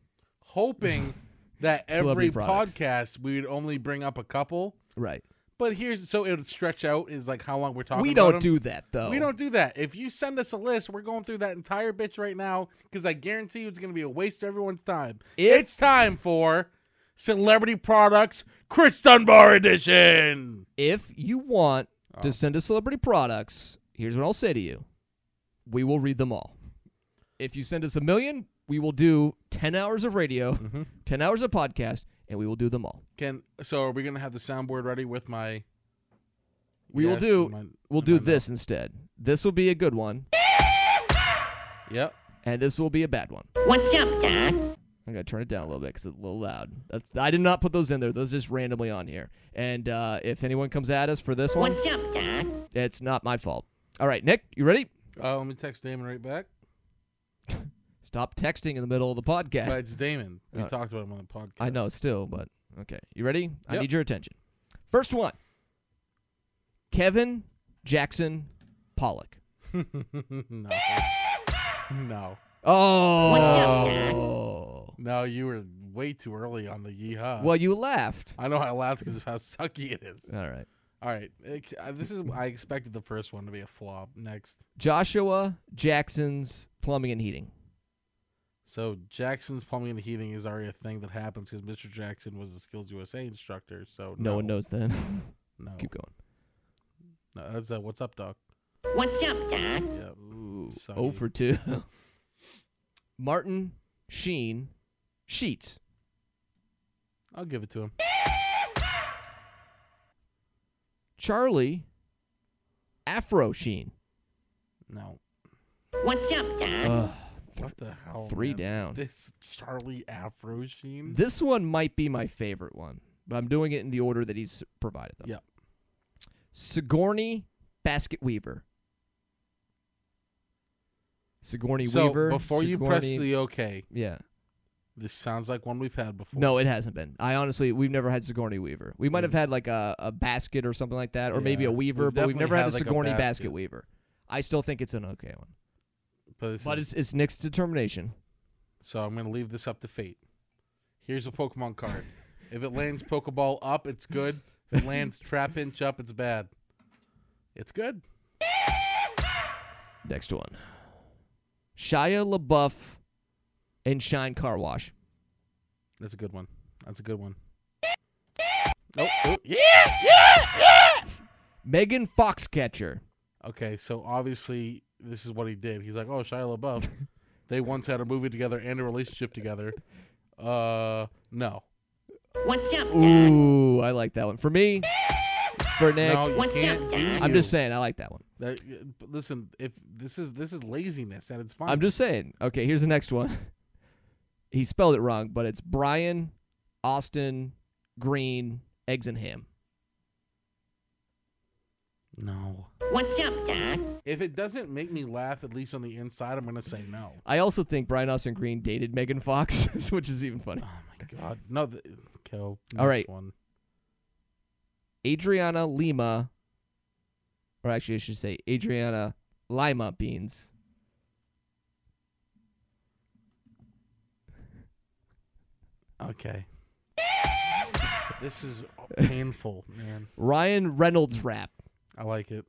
Hoping that [LAUGHS] Celebrity every products. podcast we would only bring up a couple, Right. But here's so it'll stretch out is like how long we're talking. We about don't them. do that though. We don't do that. If you send us a list, we're going through that entire bitch right now because I guarantee you it's going to be a waste of everyone's time. If- it's time for Celebrity Products Chris Dunbar Edition. If you want to send us celebrity products, here's what I'll say to you: we will read them all. If you send us a million, we will do ten hours of radio, ten hours of podcast, and we will do them all. Can so are we going to have the soundboard ready with my? We will yes do. and my- we'll and do my no? this instead. This will be a good one, Yep. and this will be a bad one. What's up, Doc? I'm gonna turn it down a little bit because it's a little loud. That's I did not put those in there. Those just randomly on here. And uh, if anyone comes at us for this one, What's up, Doc? it's not my fault. All right, Nick, you ready? Uh, let me text Damon [LAUGHS] right back. Stop texting in the middle of the podcast. But it's Damon. We Uh, talked about him on the podcast. I know still, but okay. You ready? I Yep. need your attention. First one. Kevin Jackson Pollock. [LAUGHS] no. No. Oh. No, you were way too early on the yeehaw. Well, you laughed. I know I laughed because of how sucky it is. All right. All right, it- uh, this is I expected the first one to be a flop. Next, Joshua Jackson's Plumbing and Heating. so Jackson's plumbing and heating is already a thing that happens because Mr. Jackson was a Skills USA instructor. So No, no, one knows then. [LAUGHS] No, Keep going. No, that's uh, what's up, Doc? What's up, Doc? Yeah, Ooh, Sucky. 0 for 2. [LAUGHS] Martin Sheen Sheets. I'll give it to him. Charlie Afro Sheen. No, What's up, Doc? Ugh, what the hell? three man? down. This Charlie Afro Sheen. This one might be my favorite one, but I'm doing it in the order that he's provided them. Yep. Sigourney Basket Weaver. Sigourney so Weaver. before you press Sigourney- the okay, yeah, this sounds like one we've had before. no, it hasn't been. I honestly, we've never had Sigourney Weaver. We might have had like a, a basket or something like that, or maybe Hmm. Yeah. a Weaver, We've but we've definitely never had, had, a like, a Sigourney basket. basket. Weaver. I still think it's an okay one, but, this but it's is- it's Nick's determination. So I'm gonna leave this up to fate. Here's a Pokemon card. if it lands Pokeball up, it's good. If it lands Trap Inch up, it's bad. It's good. Next one, Shia LaBeouf and Shine Car Wash. That's a good one. That's a good one. Oh, oh, yeah. Megan Foxcatcher. Okay, so obviously this is what he did. He's like, oh, Shia LaBeouf. they once had a movie together and a relationship together. Uh, no. What's up, Doc? Ooh, I like that one. For me, for Nick, No, you What's can't up, do. Dad? I'm just you. saying I like that one. That- but listen, if this is this is laziness and it's fine. I'm just saying. Okay, here's the next one. [LAUGHS] he spelled it wrong, but it's Brian Austin Green Eggs and Ham. no. What's up, Doc? If it doesn't make me laugh, at least on the inside, I'm gonna say no. I also think Brian Austin Green dated Megan Fox, [LAUGHS] which is even funny. Oh my god, no. The, kill. All right. One. Adriana Lima, or actually, I should say Adriana Lima Beans. Okay. this is painful, man. Ryan Reynolds rap. I like it.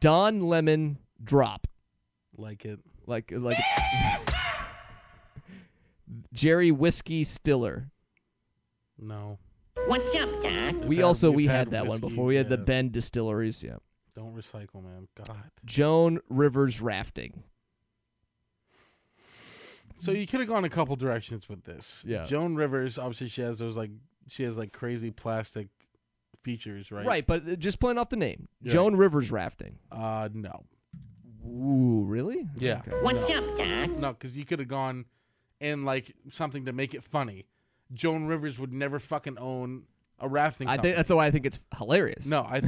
Don Lemon drop. Like it. like like Jerry Whiskey Stiller. No. What's up, Doc? We've We had- also we've we had that whiskey, one before. We had the yeah. Ben Distilleries. Yeah, Don't recycle, man. [SIGHS] God. Joan Rivers rafting. So you could have gone a couple directions with this. Yeah. Joan Rivers, obviously, she has those like she has like crazy plastic features, right? Right, but uh, just playing off the name, You're Joan Rivers rafting. Uh, no. Ooh, really? Yeah. Okay. What's No. up, Doc? No, because you could have gone and like something to make it funny. Joan Rivers would never fucking own a rafting. I Company. think that's why I think it's hilarious. no. I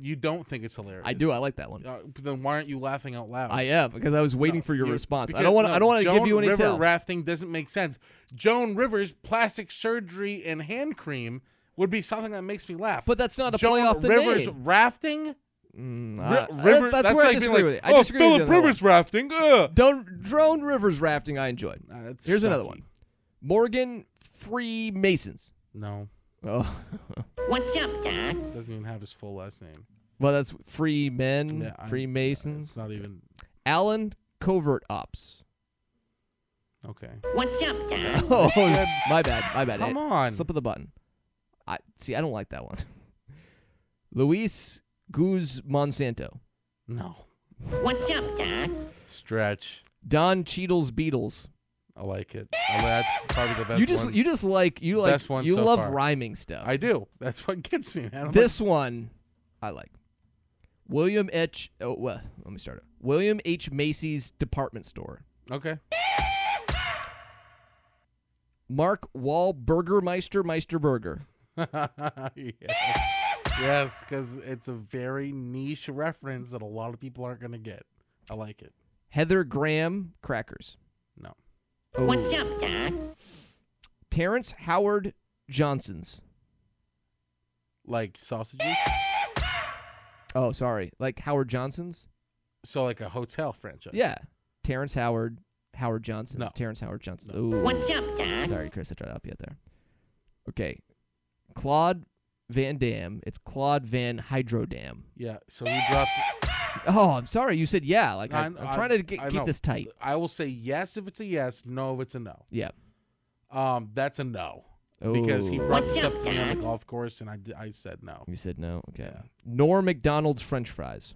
you don't think it's hilarious. I do. I like that one. Uh, but then why aren't you laughing out loud? I am because I was waiting for your You- response. I because- don't want. no, I don't want to give Joan you any River tell. rafting doesn't make sense. Joan Rivers plastic surgery and hand cream would be something that makes me laugh. But that's not a Joan play off the Rivers name. rafting. Mm, Ri- I- I- River- that's, where I like being disagree like, with you. I oh, disagree with you Philip on that one. Rivers rafting. Ugh. Don't drone rivers rafting. I enjoyed. Nah, that's Here's another sucky. one. Morgan Freemasons. No, Oh, [LAUGHS] What's up, Doc? Doesn't even have his full last name. well, that's free men, Yeah, I- Freemasons. It's not even Alan Covert Ops. okay. What's up, Doc? [LAUGHS] Oh, my bad, my bad. Come Eh, on. slip of the button. I see. I don't like that one. [LAUGHS] Luis Guz Monsanto, No. What's up, Doc? Stretch. Don Cheadle's Beatles. I like it. I- that's probably the best. you just one. you just like you like Best one you so love far. rhyming stuff. I do. That's what gets me, man. I'm this one I like. William H. Oh, well, let me start it. William H. Macy's department store. like, okay. [LAUGHS] Mark Wall Burgermeister Meister Burger. yes, yes, because it's a very niche reference that a lot of people aren't gonna get. I like it. Heather Graham Crackers. No. What's Oh. up, Doc? Terrence Howard Johnson's. Like sausages. Oh, sorry. Like Howard Johnson's? So like a hotel franchise. Yeah. Terrence Howard, Howard Johnson's. No. Terrence Howard Johnson's. Ooh. What's up, Doc? Sorry, Chris, I tried to help you out there. Okay. Claude Van Dam. It's Claude Van Hydrodam. Yeah. So he dropped. Oh, I'm sorry. You said yeah. Like I, I- I'm I- trying to get, I keep know. this tight. I will say yes if it's a yes. No if it's a no. Yeah. Um, that's a no because he Ooh. brought this up to me on the golf course, and I, d- I said no. You said no. Okay. Yeah. Norm McDonald's French fries.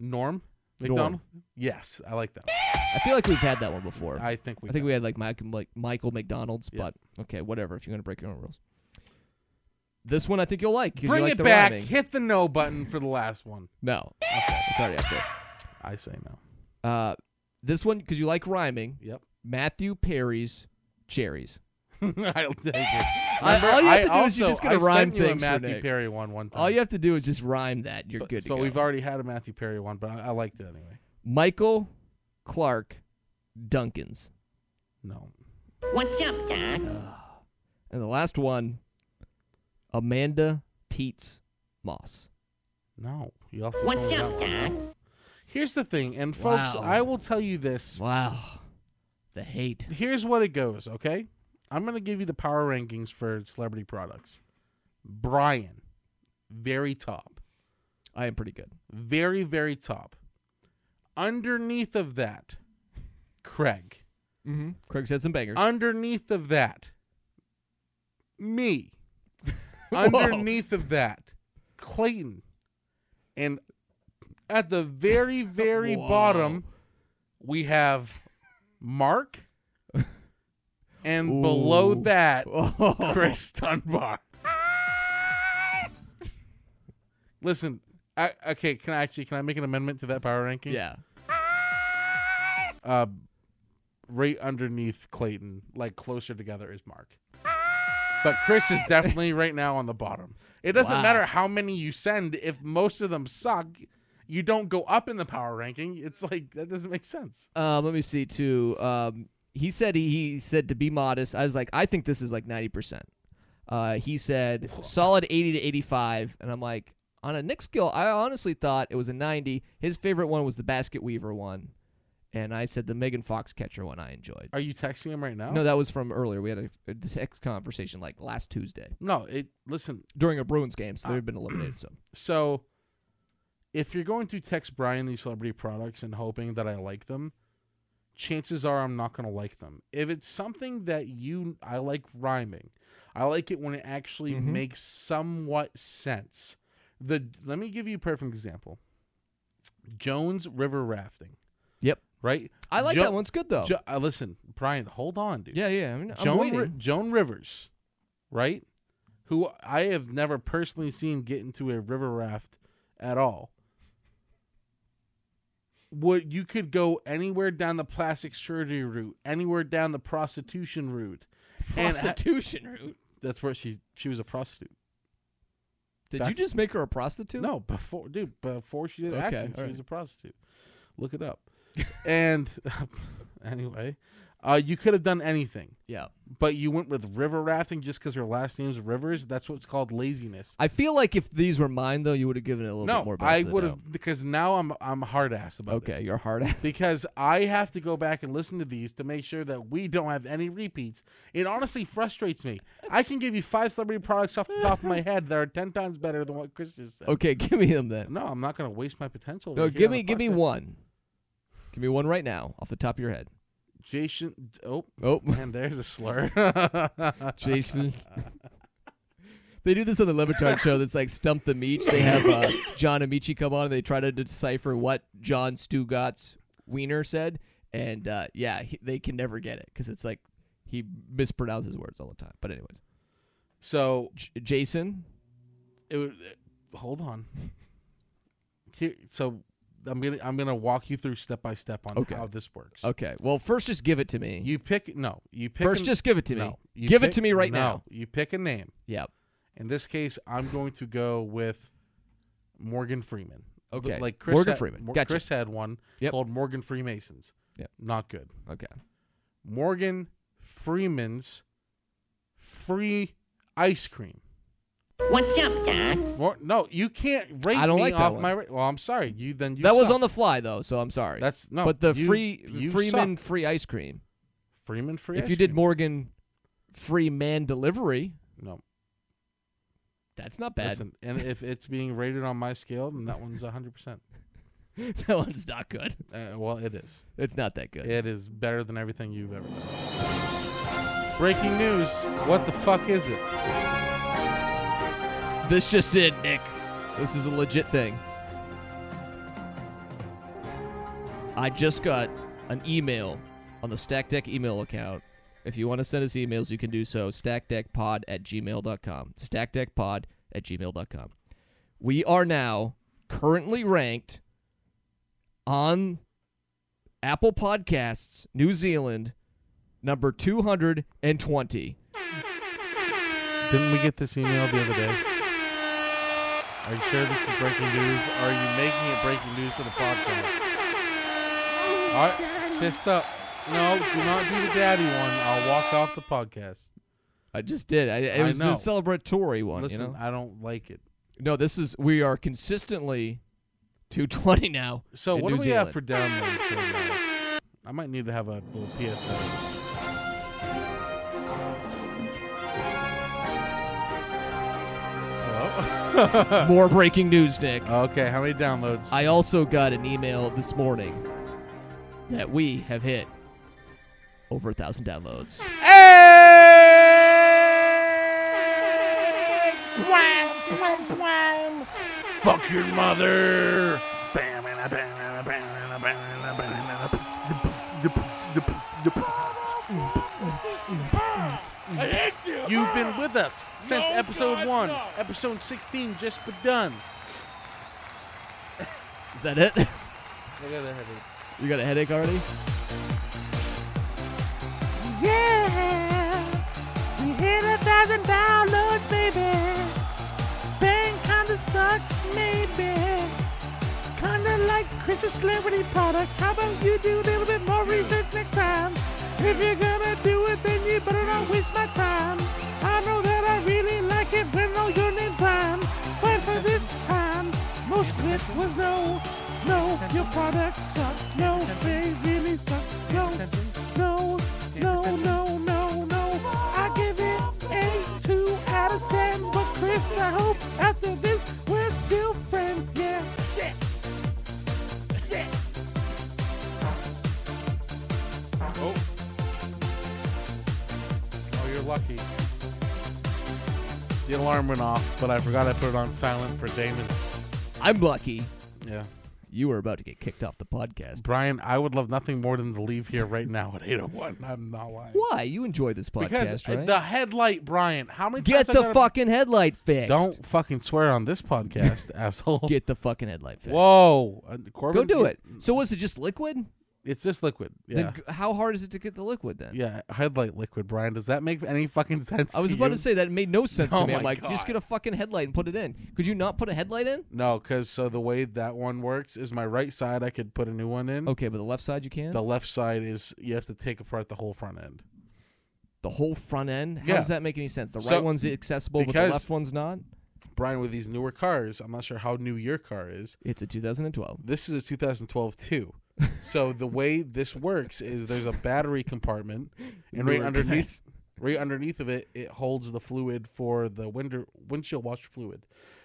Norm Norm. McDonald. Yes, I like that. I feel like we've had that one before. I think we. I think got we had like Michael, like Michael McDonald's, Yeah. but okay, whatever. If you're gonna break your own rules, this one I think you'll like. 'cause you Bring like it the back. rhyming. Hit the no button for the last one. No, it's already up there. I say no. Uh, this one because you like rhyming. Yep. [LAUGHS] Matthew Perry's cherries. I'll take it. [LAUGHS] I- all you have to do also, is you're just gonna I rhyme sent you a things for Matthew Nick. Perry one one time. All you have to do is just rhyme that. You're but, good to But go. we've already had a Matthew Perry one, but I, I liked it anyway. Michael Clark Duncan's, No. What's up, Doc? and the last one, Amanda Pete's Moss. No. You also told What's me that one. up, Doc? No. Here's the thing, and folks, Wow. I will tell you this. Wow, the hate. Here's what it goes, okay? I'm gonna give you the power rankings for celebrity products. Brian, very top. I am pretty good. Very, very top. Underneath of that, Craig. Mm-hmm. Craig's had some Uh, bangers. underneath of that, [LAUGHS] me. underneath of that, Clayton. And at [LAUGHS] the very, very Whoa. bottom, we have Mark. And below Ooh. that, Oh. Chris Dunbar. Listen, I, okay, can I actually can I make an amendment to that power ranking? [LAUGHS] Yeah. uh, right underneath Clayton, like closer together, is Mark. But Chris [LAUGHS] is definitely right now on the bottom. It doesn't Wow. matter how many you send if most of them suck. You don't go up in the power ranking. It's like that doesn't make sense. Um, let me see too. Um, he said he, he said to be modest. I was like, I think this is like ninety percent. Uh, he said solid eighty to eighty-five, and I'm like, on a Nick skill, I honestly thought it was a ninety. His favorite one was the basket weaver one, and I said the Megan Fox catcher one I enjoyed. Are you texting him right now? No, that was from earlier. We had a, a text conversation like last Tuesday no. It listen. during a Bruins game, Uh, so they've been eliminated. [CLEARS THROAT] So So, if you're going to text Brian these celebrity products and hoping that I like them, chances are I'm not going to like them. If it's something that you I like rhyming, I like it when it actually Mm-hmm. makes somewhat sense. The let me give you a perfect example. Jones River rafting, yep, right? I like Jo- that one's good though. Jo- uh, listen, Brian, hold on, dude. yeah, yeah. I mean, I'm Joan, waiting. Ri- Joan Rivers, right? Who I have never personally seen get into a river raft at all. Would you could go anywhere down the plastic surgery route, anywhere down the prostitution route, and uh, [LAUGHS] ha- prostitution route. that's where she she was a prostitute. Did Back- you just make her a prostitute? No, before dude, before she did Okay, acting, she all [LAUGHS] was right. a prostitute. Look it up. and [LAUGHS] anyway, Uh, you could have done anything, Yeah. but you went with river rafting just because her last name's Rivers. That's what's called laziness. I feel like if these were mine though, you would have given it a little bit No, more. um, I would have because now I'm I'm hard ass about it. Okay, you're hard ass. [LAUGHS] because I have to go back and listen to these to make sure that we don't have any repeats. It honestly frustrates me. I can give you five celebrity products off the top [LAUGHS] of my head that are ten times better than what Chris just said. Okay, give me them then. No, I'm not going to waste my potential. No, right here give on me the give me podcast. one. Give me one right now, off the top of your head. Jason. Oh, Oh, [LAUGHS] man, there's a slur. [LAUGHS] Jason. they do this on the Levitard show. That's like stump the meech. They have [LAUGHS] uh, John Amici come on and they try to decipher what John Stugatz Wiener said, and uh, yeah, he, they can never get it because it's like he mispronounces words all the time. But anyways, so J- Jason. it would, uh, hold on. Here, so I'm gonna I'm gonna walk you through step by step on Okay. how this works. Okay, well first just give it to me. You pick no. You pick First, an- just give it to me. no, you Give it pick- to me right no, now. You pick a name. yep. In this case, I'm going to go with Morgan Freeman. Th- Okay. Like Chris Morgan had- Freeman. Gotcha. Chris had one Yep. called Morgan Freemasons. Yep. Not good. Okay. Morgan Freeman's free ice cream. What's up, Doc? Mor- no, you can't rate I don't me like that off one. my. Ra- well, I'm sorry. You then you that was suck. on the fly though, so I'm sorry. That's- no, But the you- free you Freeman suck. free ice cream. Freeman free. if ice you did cream. Morgan free man delivery, no. that's not bad. Listen, and if it's being rated on my scale, then that one's 100. percent [LAUGHS] that one's not [LAUGHS] good. uh, Well, it is. It's not that good. It is better than everything you've ever done. Breaking news. What the fuck is it? This just in, Nick. This is a legit thing. I just got an email on the Stack Deck email account. If you want to send us emails, you can do so. StackDeckPod at gmail.com. StackDeckPod at gmail.com. We are now currently ranked on Apple Podcasts, New Zealand, number 220. Didn't we get this email the other day? Are you sure this is breaking news? Are you making it breaking news for the podcast? All right, fist up. No, do not do the daddy one. I'll walk off the podcast. I just did. I, it I was know. the celebratory one. Listen, you know? I don't like it. No, this is we are consistently 220 now. So in what New do we Zealand. have for downloads? right now? I might need to have a little PSA. Hello? more breaking news, Nick? okay, how many downloads? I also got an email this morning that we have hit over a thousand downloads. Fuck your mother. You've been with us since episode one. Episode 16 just begun. Is that it? You got a headache already? Oh, you're lucky. The alarm went off, but I forgot I put it on silent for Damon. I'm lucky. Yeah. You were about to get kicked off the podcast. Brian, I would love nothing more than to leave here right now at 801. I'm not lying. Why? You enjoy this podcast, Because uh, right? the headlight, Brian. How many Get times I the gotta- fucking headlight fixed. Don't fucking swear on this podcast, [LAUGHS] asshole. get the fucking headlight fixed. Whoa. Uh, Go Corbin's do get- it. So was it just liquid? It's just liquid. Yeah. Then g- how hard is it to get the liquid then? yeah, headlight liquid, Brian. Does that make any fucking sense? I was about to you? say that made no sense Oh to me. I'm my like, just God. get a fucking headlight and put it in. Could you not put a headlight in? No, because so the way that one works is my right side, I could put a new one in. Okay, but the left side you can. The left side is you have to take apart the whole front end. The whole front end. How Yeah. does that make any sense? The right So- one's accessible, but the because- left one's not. Brian, with these newer cars, I'm not sure how new your car is. It's a 2012. This is a 2012 too. so the way this works is there's a battery compartment, and right Newer underneath, right underneath of it, it holds the fluid for the window windshield washer fluid.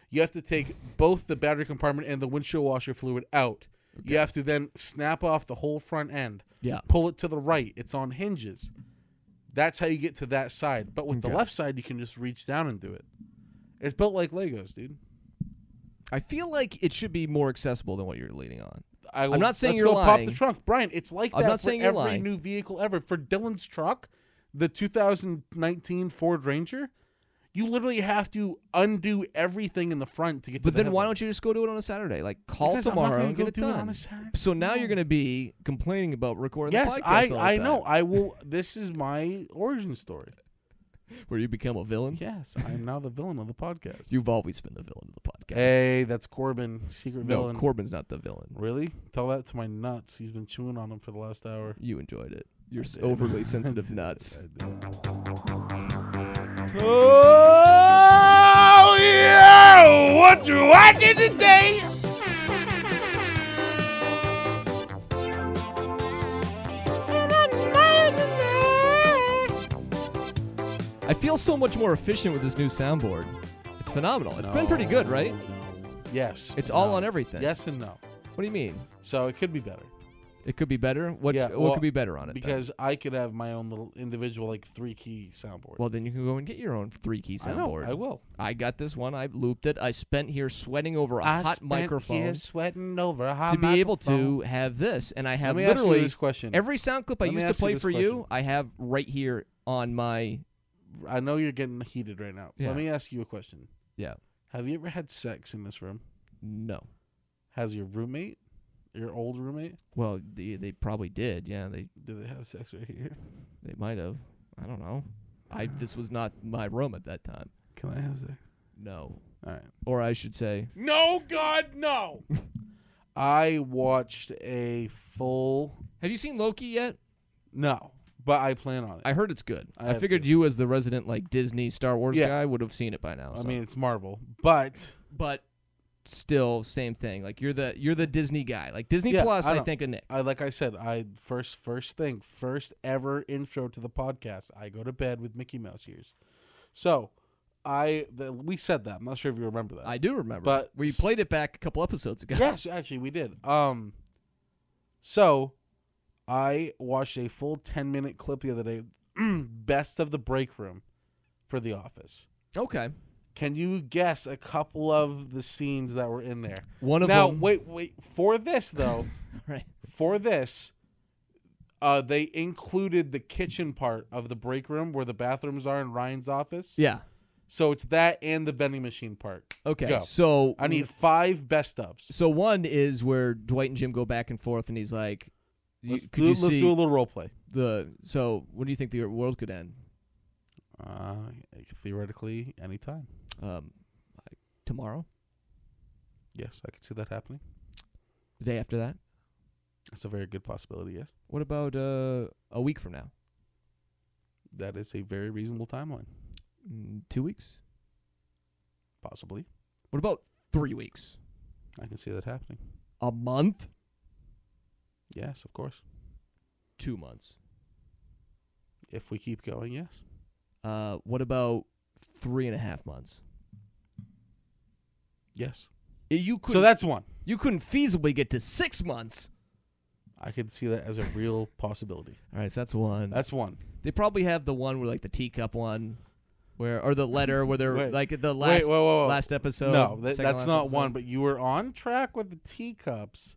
You have to take both the battery compartment and the windshield washer fluid out. You have to then snap off the whole front end. Yeah. Pull it to the right. It's on hinges. That's how you get to that side. But with Okay. the left side, you can just reach down and do it. It's built like Legos, dude. I feel like it should be more accessible than what you're leading on. I will, not saying let's you're go Pop lying. the trunk, Brian. It's like I'm that not for saying you're every lying. new vehicle ever. For Dylan's truck, the 2019 Ford Ranger, you literally have to undo everything in the front to get. But to the then why don't headlights. you just go do it on a Saturday? Like call Because I'm not tomorrow gonna and go get it do it on done. a Saturday. so now you're going to be complaining about recording Yes, the podcast. I all the I time, know. I will. This is my [LAUGHS] origin story. Where you become a villain. Yes, I am now the villain of the podcast. You've always been the villain of the podcast. hey, that's Corbin, secret no, Eh, villain. Corbin's not the villain. really? Tell that to my nuts. He's been chewing on them for the last hour. You enjoyed it. You're s- [LAUGHS] overly sensitive nuts. Oh yeah! What you watching today? I feel so much more efficient with this new soundboard. It's phenomenal. It's been pretty good, right? Yes. It's and all no. on everything. Yes and no. What do you mean? So it could be better. It could be better. What Yeah, what well, could be better on it? then? because I could have my own little individual like three key soundboard. well, then you can go and get your own three key I know, soundboard. I will. I got this one. I looped it. I spent here sweating over a hot microphone sweating over a hot to be able to have this, and I have me ask you literally this question. every sound clip I Let me used to ask you play this for you. question. I have right here on my I know you're getting heated right now. Yeah. Let me ask you a question. yeah. Have you ever had sex in this room? No, Has your roommate, your old roommate, well they, they probably did. Yeah, they do they have sex right here? they might have. I don't know. I this was not my room at that time. Can I have sex? No, All right. or I should say No, God, no. I watched a full Have you seen Loki yet? no, but I plan on it. I heard it's good. I I, have figured to. you, as the resident like Disney Star Wars Yeah. guy, would have seen it by now. I so. mean, it's Marvel, but but still, same thing. Like you're the you're the Disney guy. Like Disney Yeah, Plus, I I, know. think of Nick. I like I said, I first first thing, first ever intro to the podcast. I go to bed with Mickey Mouse ears. So I the, we said that. I'm not sure if you remember that. I do remember, But- we played it back a couple episodes ago. [LAUGHS] yes, actually we did. Um, so I watched a full 10 minute clip the other day, [CLEARS THROAT] best of the break room for The Office. [LAUGHS] Okay. Can you guess a couple of the scenes that were in there? One of now, them- wait, wait. For this though. Right. for this uh, they included the kitchen part of the break room where the bathrooms are in Ryan's office. Yeah. So it's that and the vending machine part. Okay. Go. So I need five best ofs. So one is where Dwight and Jim go back and forth, and he's like, you- Let's, "Could do, you let's see do a little role play. the? So when do you think the world could end? Uh, theoretically, anytime. Um, like tomorrow, Yes, I could see that happening. the day after that. It's a very good possibility. Yes, What about uh, a week from now? that is a very reasonable timeline. Mm, two weeks? Possibly, What about three weeks? I can see that happening. A month? Yes, of course. Two months. If we keep going, yes. Uh, what about three and a half months? Yes. Eh, You couldn't, So that's one. you couldn't feasibly get to six months. I could see that as a real possibility. All right, so that's one. That's one. they probably have the one where like the teacup one, where or the letter where they're Wait. like the Wait, last whoa, whoa, whoa. last episode. no, that, second that's last not episode. one. But you were on track with the teacups.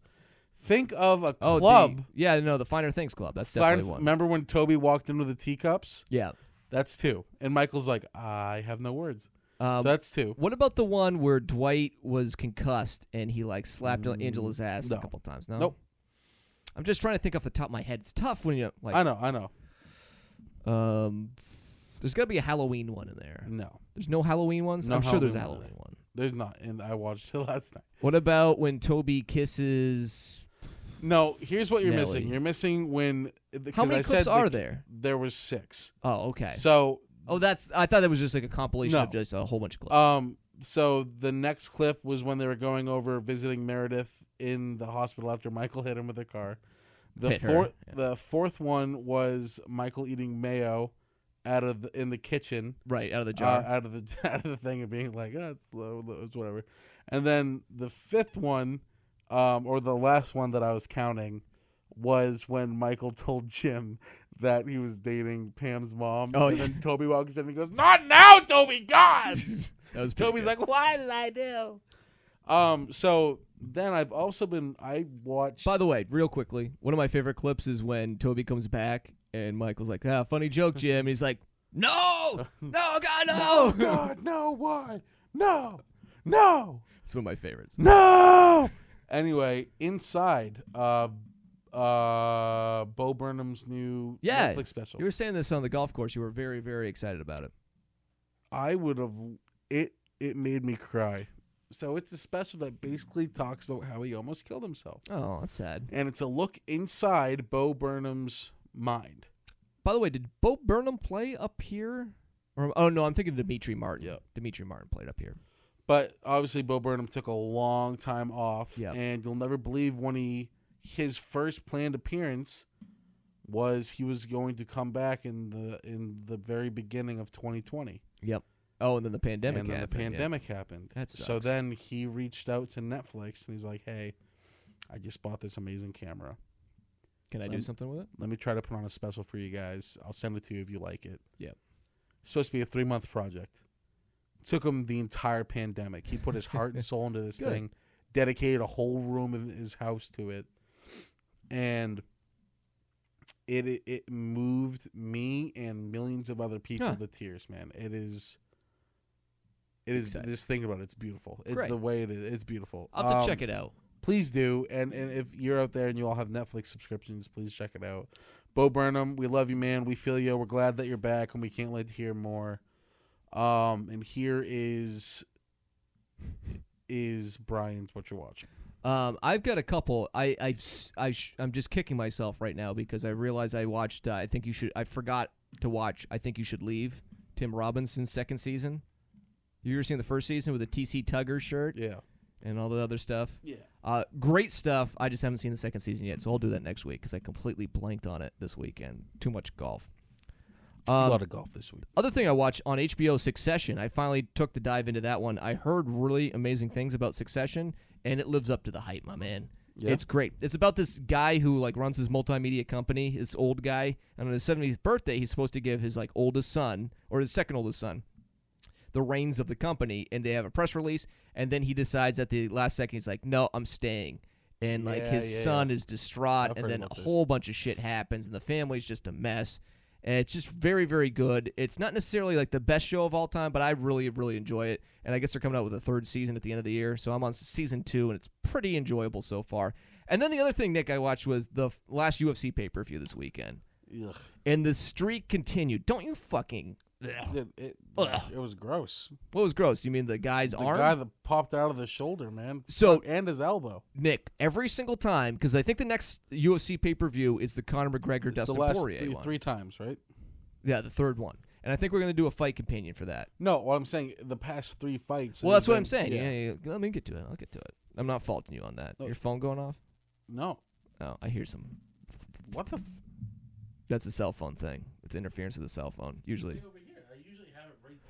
Think of a oh, the- club. yeah, no, the Finer Things Club. That's Fine- definitely one. remember when Toby walked into the teacups? yeah. That's two. And Michael's like, I have no words. Um, so that's two. What about the one where Dwight was concussed and he like slapped Angela's ass no. a couple times? No. Nope. I'm just trying to think off the top of my head. It's tough when you like. I know, I know. Um, there's got to be a Halloween one in there. No, There's no Halloween ones. Mm. No I'm sure there's a Halloween Halloween one. one. there's not. And I watched it [LAUGHS] last night. What about when Toby kisses? No, here's what you're Nelly. missing. You're missing when. How 'cause many I clips said the- are there? There was six. Oh, okay. So oh, that's. I thought that was just like a compilation of No. just a whole bunch of clips. Um. So the next clip was when they were going over visiting Meredith in the hospital after Michael hit him with a car. The Hit her, fourth, the fourth one was Michael eating mayo out of the, in the kitchen, right out of the uh, jar. out of the [LAUGHS] out of the thing, and being like, "Oh, it's low, low, it's whatever." And then the fifth one, um, or the last one that I was counting, was when Michael [LAUGHS] told Jim that he was dating Pam's mom. Oh, and yeah. then [LAUGHS] Toby walks in and goes, "Not now, Toby! [LAUGHS] God!" that [LAUGHS] was pretty Toby's good. like, "Why did I do?" Um. So then I've also been I watched. By the way, real quickly, one of my favorite clips is when Toby comes back and Michael's like, "Ah, funny joke, Jim." He's like, "No, [LAUGHS] no, God, oh no." [LAUGHS] [LAUGHS] God, no! Why? No! No! It's one of my favorites. No! Anyway, inside, uh, uh, Bo Burnham's new Yeah, Netflix special. You were saying this on the golf course. You were very, very excited about it. I would have it. It made me cry. So it's a special that basically talks about how he almost killed himself, Oh, that's sad. and it's a look inside Bo Burnham's mind. By the way, did Bo Burnham play up here? Or oh no, I'm thinking Dimitri Martin. Yep. Dimitri Martin played up here. But obviously, Bo Burnham took a long time off, Yeah. and you'll never believe when he his first planned appearance was he was going to come back in the in the very beginning of 2020, Yep. Oh, and then the pandemic. and then the happened, yeah. pandemic happened. That So sucks. then he reached out to Netflix and he's like, "Hey, I just bought this amazing camera. Can I do Um, something with it? Let me try to put on a special for you guys. I'll send it to you if you like it." Yep. It's supposed to be a three month project. Took him the entire pandemic. He put his heart and soul into [LAUGHS] this Good. thing, dedicated a whole room of his house to it, and it it, it moved me and millions of other people Huh. to tears. Man, it is. It is Exciting. just think about it. It's beautiful. It, Great. the way it is, it's beautiful. I'll have to check it out. Please do, and and if you're out there and you all have Netflix subscriptions, please check it out. Bo Burnham, we love you, man. We feel you. We're glad that you're back, and we can't wait to hear more. Um, and here is is Brian's what you're watching. Um, I've got a couple. I I've, s- I sh- I'm just kicking myself right now because I realized I watched. Uh, I think you should. I forgot to watch. I think you should leave. Tim Robinson's second season. You ever seen the first season with the TC Tugger shirt Yeah, and all the other stuff? yeah. Uh, great stuff. I just haven't seen the second season yet, so I'll do that next week because I completely blanked on it this weekend. Too much golf. a Um, lot of golf this week. other thing I watched on HBO Succession, I finally took the dive into that one. I heard really amazing things about Succession, and it lives up to the hype, my man. Yeah? It's great. It's about this guy who like runs his multimedia company, this old guy, and on his 70th birthday, he's supposed to give his like oldest son or his second oldest son the reins of the company, and they have a press release, and then he decides at the last second he's like, "No, I'm staying." And like Yeah, his yeah, son is distraught, I've and heard then about a this. whole bunch of shit happens, and the family's just a mess. And it's just very, very good. It's not necessarily like the best show of all time, but I really, really enjoy it. And I guess they're coming out with a third season at the end of the year, so I'm on s- season two, and it's pretty enjoyable so far. And then the other thing, Nick, I watched was the f- last UFC pay per view this weekend, Ugh. and the streak continued. Don't you fucking? Dude, it, Ugh. it was gross. What was gross? You mean the guy's The arm? guy that popped out of the shoulder, man. So- and his elbow. Nick, every single time, because I think the next UFC pay per view is the Conor McGregor It's the Dustin last Poirier three, one. three times, right? Yeah, the third one, and I think we're gonna do a fight companion for that. No, what I'm saying, the past three fights. well, it has that's what been- I'm saying. Yeah. yeah, yeah. let me get to it. I'll get to it. I'm not faulting you on that. Oh. Your phone going off? No. Oh, I hear some. What the? F- That's a cell phone thing. It's interference with the cell phone usually.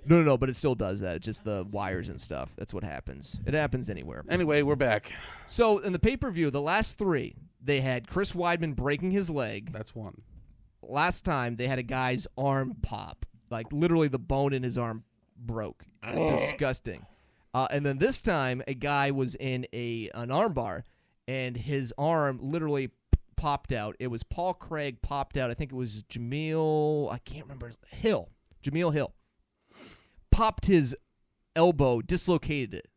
No, no, no, but it still does that. It's just the wires and stuff. That's what happens. It happens anywhere. anyway, we're back. So in the pay per view, the last three, they had Chris Weidman breaking his leg. That's one. last time they had a guy's arm pop, like literally the bone in his arm broke. Disgusting. Uh, and then this time a guy was in a an arm bar and his arm literally p- popped out. It was Paul Craig popped out. I think it was Jameel. I can't remember his- Hill. Jameel Hill popped his elbow, dislocated it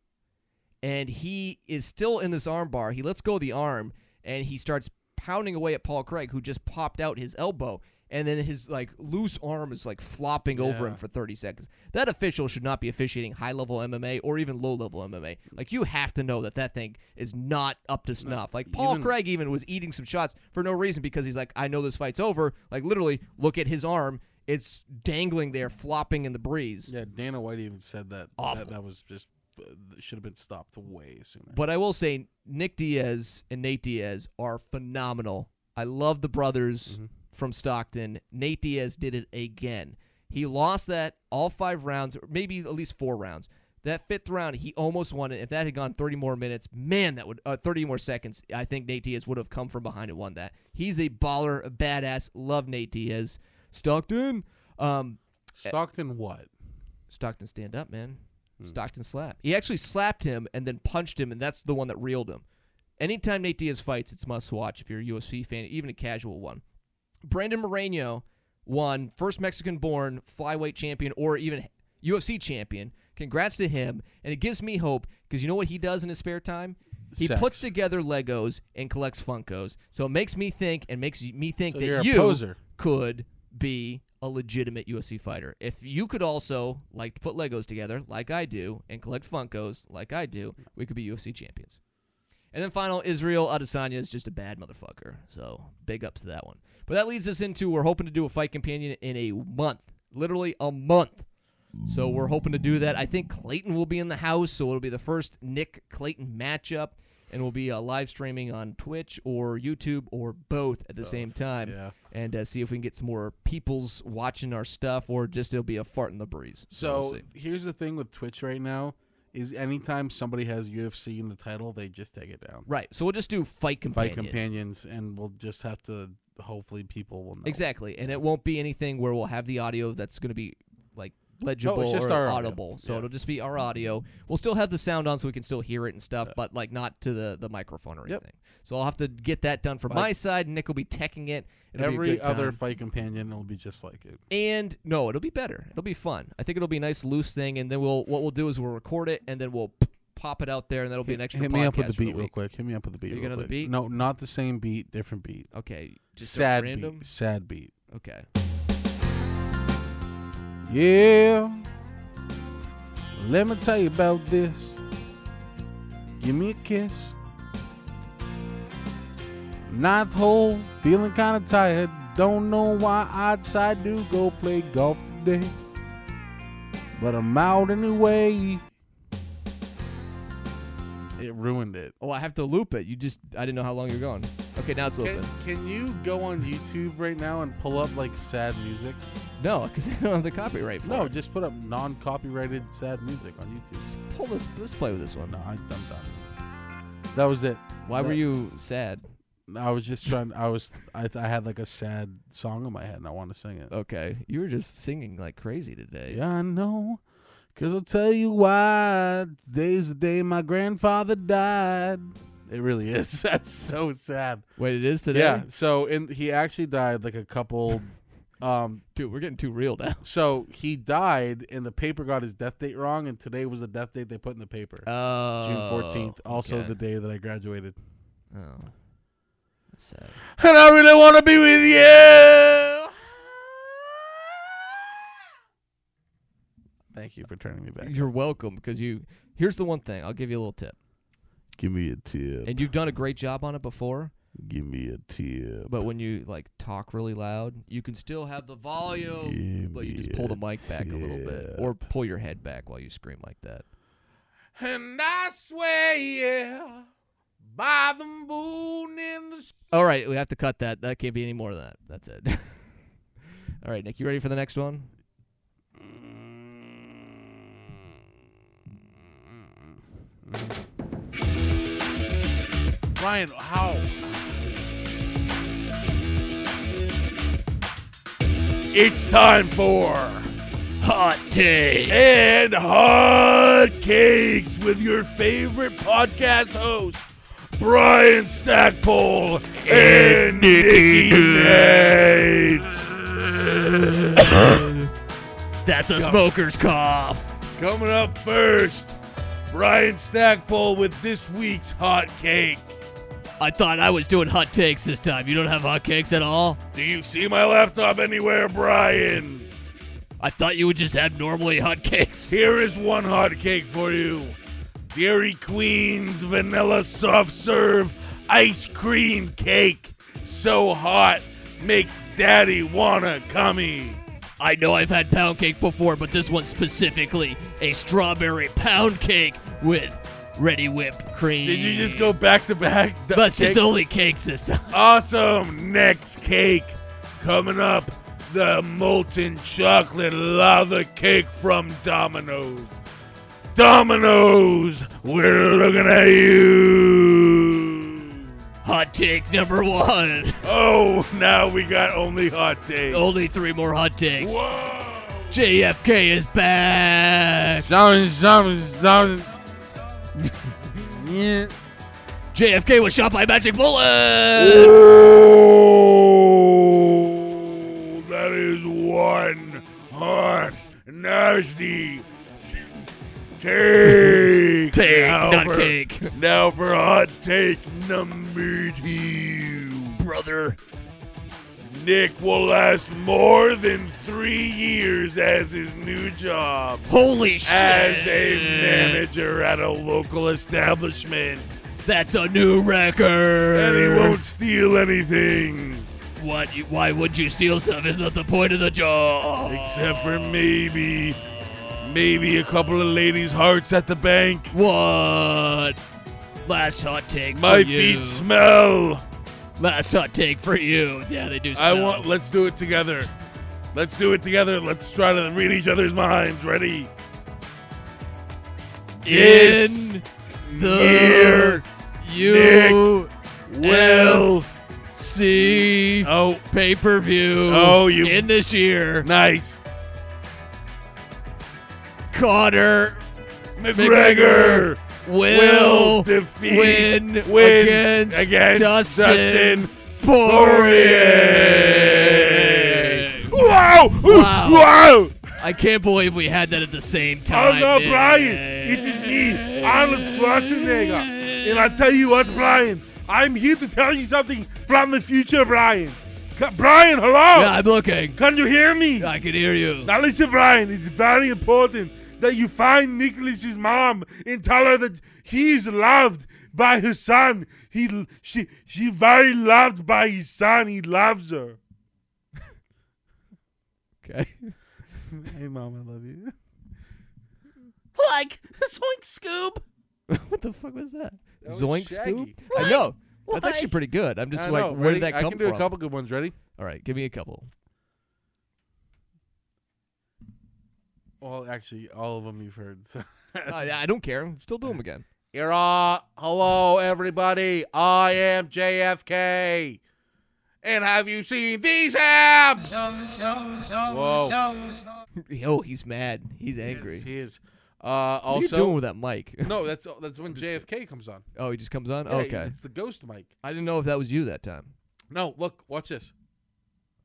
and he is still in this arm bar. He lets go of the arm and he starts pounding away at Paul Craig, who just popped out his elbow, and then his like loose arm is like flopping over him for 30 seconds. That official should not be officiating high level MMA or even low level MMA. Like you have to know that that thing is not up to snuff. Like Paul Craig even was eating some shots for no reason because he's like, I know this fight's over. Like literally, look at his arm. It's dangling there, flopping in the breeze. Yeah, Dana White even said that Awful. that, that was just uh, should have been stopped way sooner. But I will say Nick Diaz and Nate Diaz are phenomenal. I love the brothers from Stockton. Nate Diaz did it again. He lost that all five rounds, or maybe at least four rounds. That fifth round, he almost won it. If that had gone 30 more minutes, man, that would uh, 30 more seconds. I think Nate Diaz would have come from behind and won that. He's a baller, a badass. Love Nate Diaz. Stockton, um, uh, Stockton what? Stockton stand up, man. Stockton slap. He actually slapped him and then punched him, and that's the one that reeled him. Anytime Nate Diaz fights, it's must watch if you're a UFC fan, even a casual one. Brandon Moreno won first Mexican born flyweight champion or even UFC champion. Congrats to him. And it gives me hope because you know what he does in his spare time? He Sex. puts together Legos and collects Funkos. So it makes me think and makes y- me think So that you're a you poser. could be a legitimate UFC fighter. If you could also like to put Legos together like I do and collect Funkos like I do, we could be UFC champions. And then final, Israel Adesanya is just a bad motherfucker. So big ups to that one. But that leads us into we're hoping to do a fight companion in a month, literally a month. So we're hoping to do that. I think Clayton will be in the house, so it'll be the first Nick Clayton matchup, and we'll be uh, live streaming on Twitch or YouTube or both at the same time, yeah. and uh, see if we can get some more people's watching our stuff, or just it'll be a fart in the breeze. we'll So see. here's the thing with Twitch right now is anytime somebody has UFC in the title, they just take it down. right, so we'll just do fight Fight companion. companions, and we'll just have to. Hopefully, people will know. Exactly, and it won't be anything where we'll have the audio that's going to be like legible just or our audio. audible. So Yeah. it'll just be our audio. We'll still have the sound on, so we can still hear it and stuff, but like not to the the microphone or anything. So I'll have to get that done from my side. Nick will be teching it. It'll be a Every good time. other fight companion will be just like it. and no, it'll be better. It'll be fun. I think it'll be a nice loose thing, and then we'll what we'll do is we'll record it, and then we'll p- pop it out there, and that'll be an extra. Hit me up with podcast the for the beat real week. quick. Hit me up with the beat. You got real another quick. beat? No, not the same beat. Different beat. Okay, just a sad random. beat. Sad beat. Okay. Yeah. Let me tell you about this. Give me a kiss. Ninth hole, feeling kind of tired. Don't know why I decided to go play golf today. But I'm out anyway. It ruined it. Oh, I have to loop it. You just I didn't know how long you're going. Okay, now it's Can, looping. can you go on YouTube right now and pull up like sad music? No, because [LAUGHS] I don't have the copyright for No, it. just put up non copyrighted sad music on YouTube. Just pull this. Let's play with this one. No, I, I'm done. That was it. Why were that- you sad? I was just trying. I was. I, I had like a sad song in my head, and I wanted to sing it. Okay, you were just singing like crazy today. Yeah, I know. Cause I'll tell you why. Today's the day my grandfather died. It really is. [LAUGHS] That's so sad. Wait, it is today. Yeah. So, and he actually died like a couple. Um. dude, we're getting too real now. So he died, and the paper got his death date wrong, and today was the death date they put in the paper. [LAUGHS] Oh, June fourteenth, also okay. the day that I graduated. Oh, that's sad. And I really want to be with you. Thank you for turning me back. You're welcome. Because you. Here's the one thing. I'll give you a little tip, Give me a tip. and you've done a great job on it before. Give me a tip. But when you like talk really loud, you can still have the volume, but you just pull the mic back a little bit, or pull your head back while you scream like that. And I swear, yeah, by the moon in the. s- All right, we have to cut that. That can't be any more than that. That's it. [LAUGHS] All right, Nick, you ready for the next one? Ryan, how? It's time for Hot takes. and hot cakes with your favorite podcast host, Brian Stackpole and Nikki Nates. That's a smoker's cough. Coming up first, Brian Stackpole with this week's hot cake. I thought I was doing hot takes this time. You don't have hot cakes at all? Do you see my laptop anywhere, Brian? I thought you would just have normally hot cakes. Here is one hot cake for you. Dairy Queen's vanilla soft serve ice cream cake. So hot makes daddy wanna cummy. I know I've had pound cake before, but this one's specifically a strawberry pound cake with ready whipped cream. Did you just go back to back? The That's his cake- only cake system. awesome. Next cake coming up. The molten chocolate lava cake from Domino's. Domino's, we're looking at you. Hot take number one. [LAUGHS] Oh, now we got only hot takes. Only three more hot takes. Whoa. JFK is back. Something, something, something. [LAUGHS] yeah. JFK was shot by a magic bullet. Oh, that is one hot, nasty take. Take, Now not for- cake. Now for hot take number two. Brother. Nick will last more than three years as his new job Holy shit. as a manager at a local establishment. That's a new record. And he won't steal anything. What? you- Why would you steal stuff? Is not the point of the job? Except for maybe, maybe a couple of ladies' hearts at the bank. What? Last hot take My for you. feet smell. Last hot take for you. Yeah, they do. I smell. want. Let's do it together. Let's do it together. Let's try to read each other's minds. Ready? Yes. in the Here, you Will. see Oh, pay per view. Oh, you- in this year, nice. Connor McGregor. will, defeat win, win against, against Dustin, Dustin Poirier. Wow! Wow. Wow! I can't believe we had that at the same time. I'm not man. Brian. It is me, Arnold Schwarzenegger. And I tell you what, Brian, I'm here to tell you something from the future, Brian. C- Brian, hello? Yeah, I'm looking. Can you hear me? I can hear you. Now listen, Brian, it's very important that you find Nicholas's mom and tell her that he's loved by his son. He she she very loved by his son. He loves her. Okay. [LAUGHS] Hey mom, I love you. Like, zoink Scoob. what the fuck was that? was Zoink Shaggy. Scoop? I know. That's actually pretty good. I'm [LAUGHS] just like, where did that come from? good ones. Ready? All right, give me a couple. Well, actually, all of them you've [LAUGHS] heard. So. I, Uh, I don't care. Still do them again. You're uh, hello everybody. I am JFK. And have you seen these abs? Whoa. Oh, he's mad. He's angry. He is. Uh, also, what are you doing with that mic? no, that's that's when JFK comes on. Oh, he just comes on. Yeah, okay. It's the ghost mic. I didn't know if that was you that time. No, look, watch this.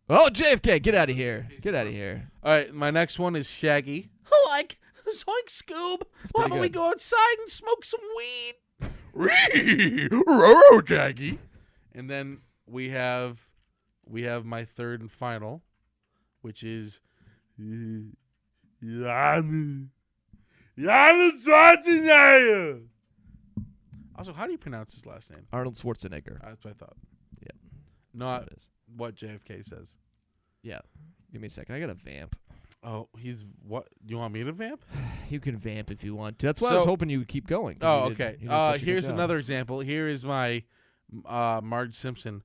Oh, JFK, get out of here. Get out of here. All right, my next one is Shaggy. [LAUGHS] Like, zoink Scoob. Why pretty don't we good. go outside and smoke some [LAUGHS] weed? Roro Jaggy. And then we have we have my third and final, which is Jan. Jan Schwarzenegger. also how do you pronounce his last name? Arnold Schwarzenegger. That's what I thought. Yeah. That's Not what it is. what JFK says. Yeah. Give me a second. I got a vamp. Oh, he's what? You want me to vamp? You can vamp if you want to. That's why I was So- hoping you would keep going. 'cause Oh, you did- okay. you did Uh, such a good here's job. another example. Here is my uh, Marge Simpson.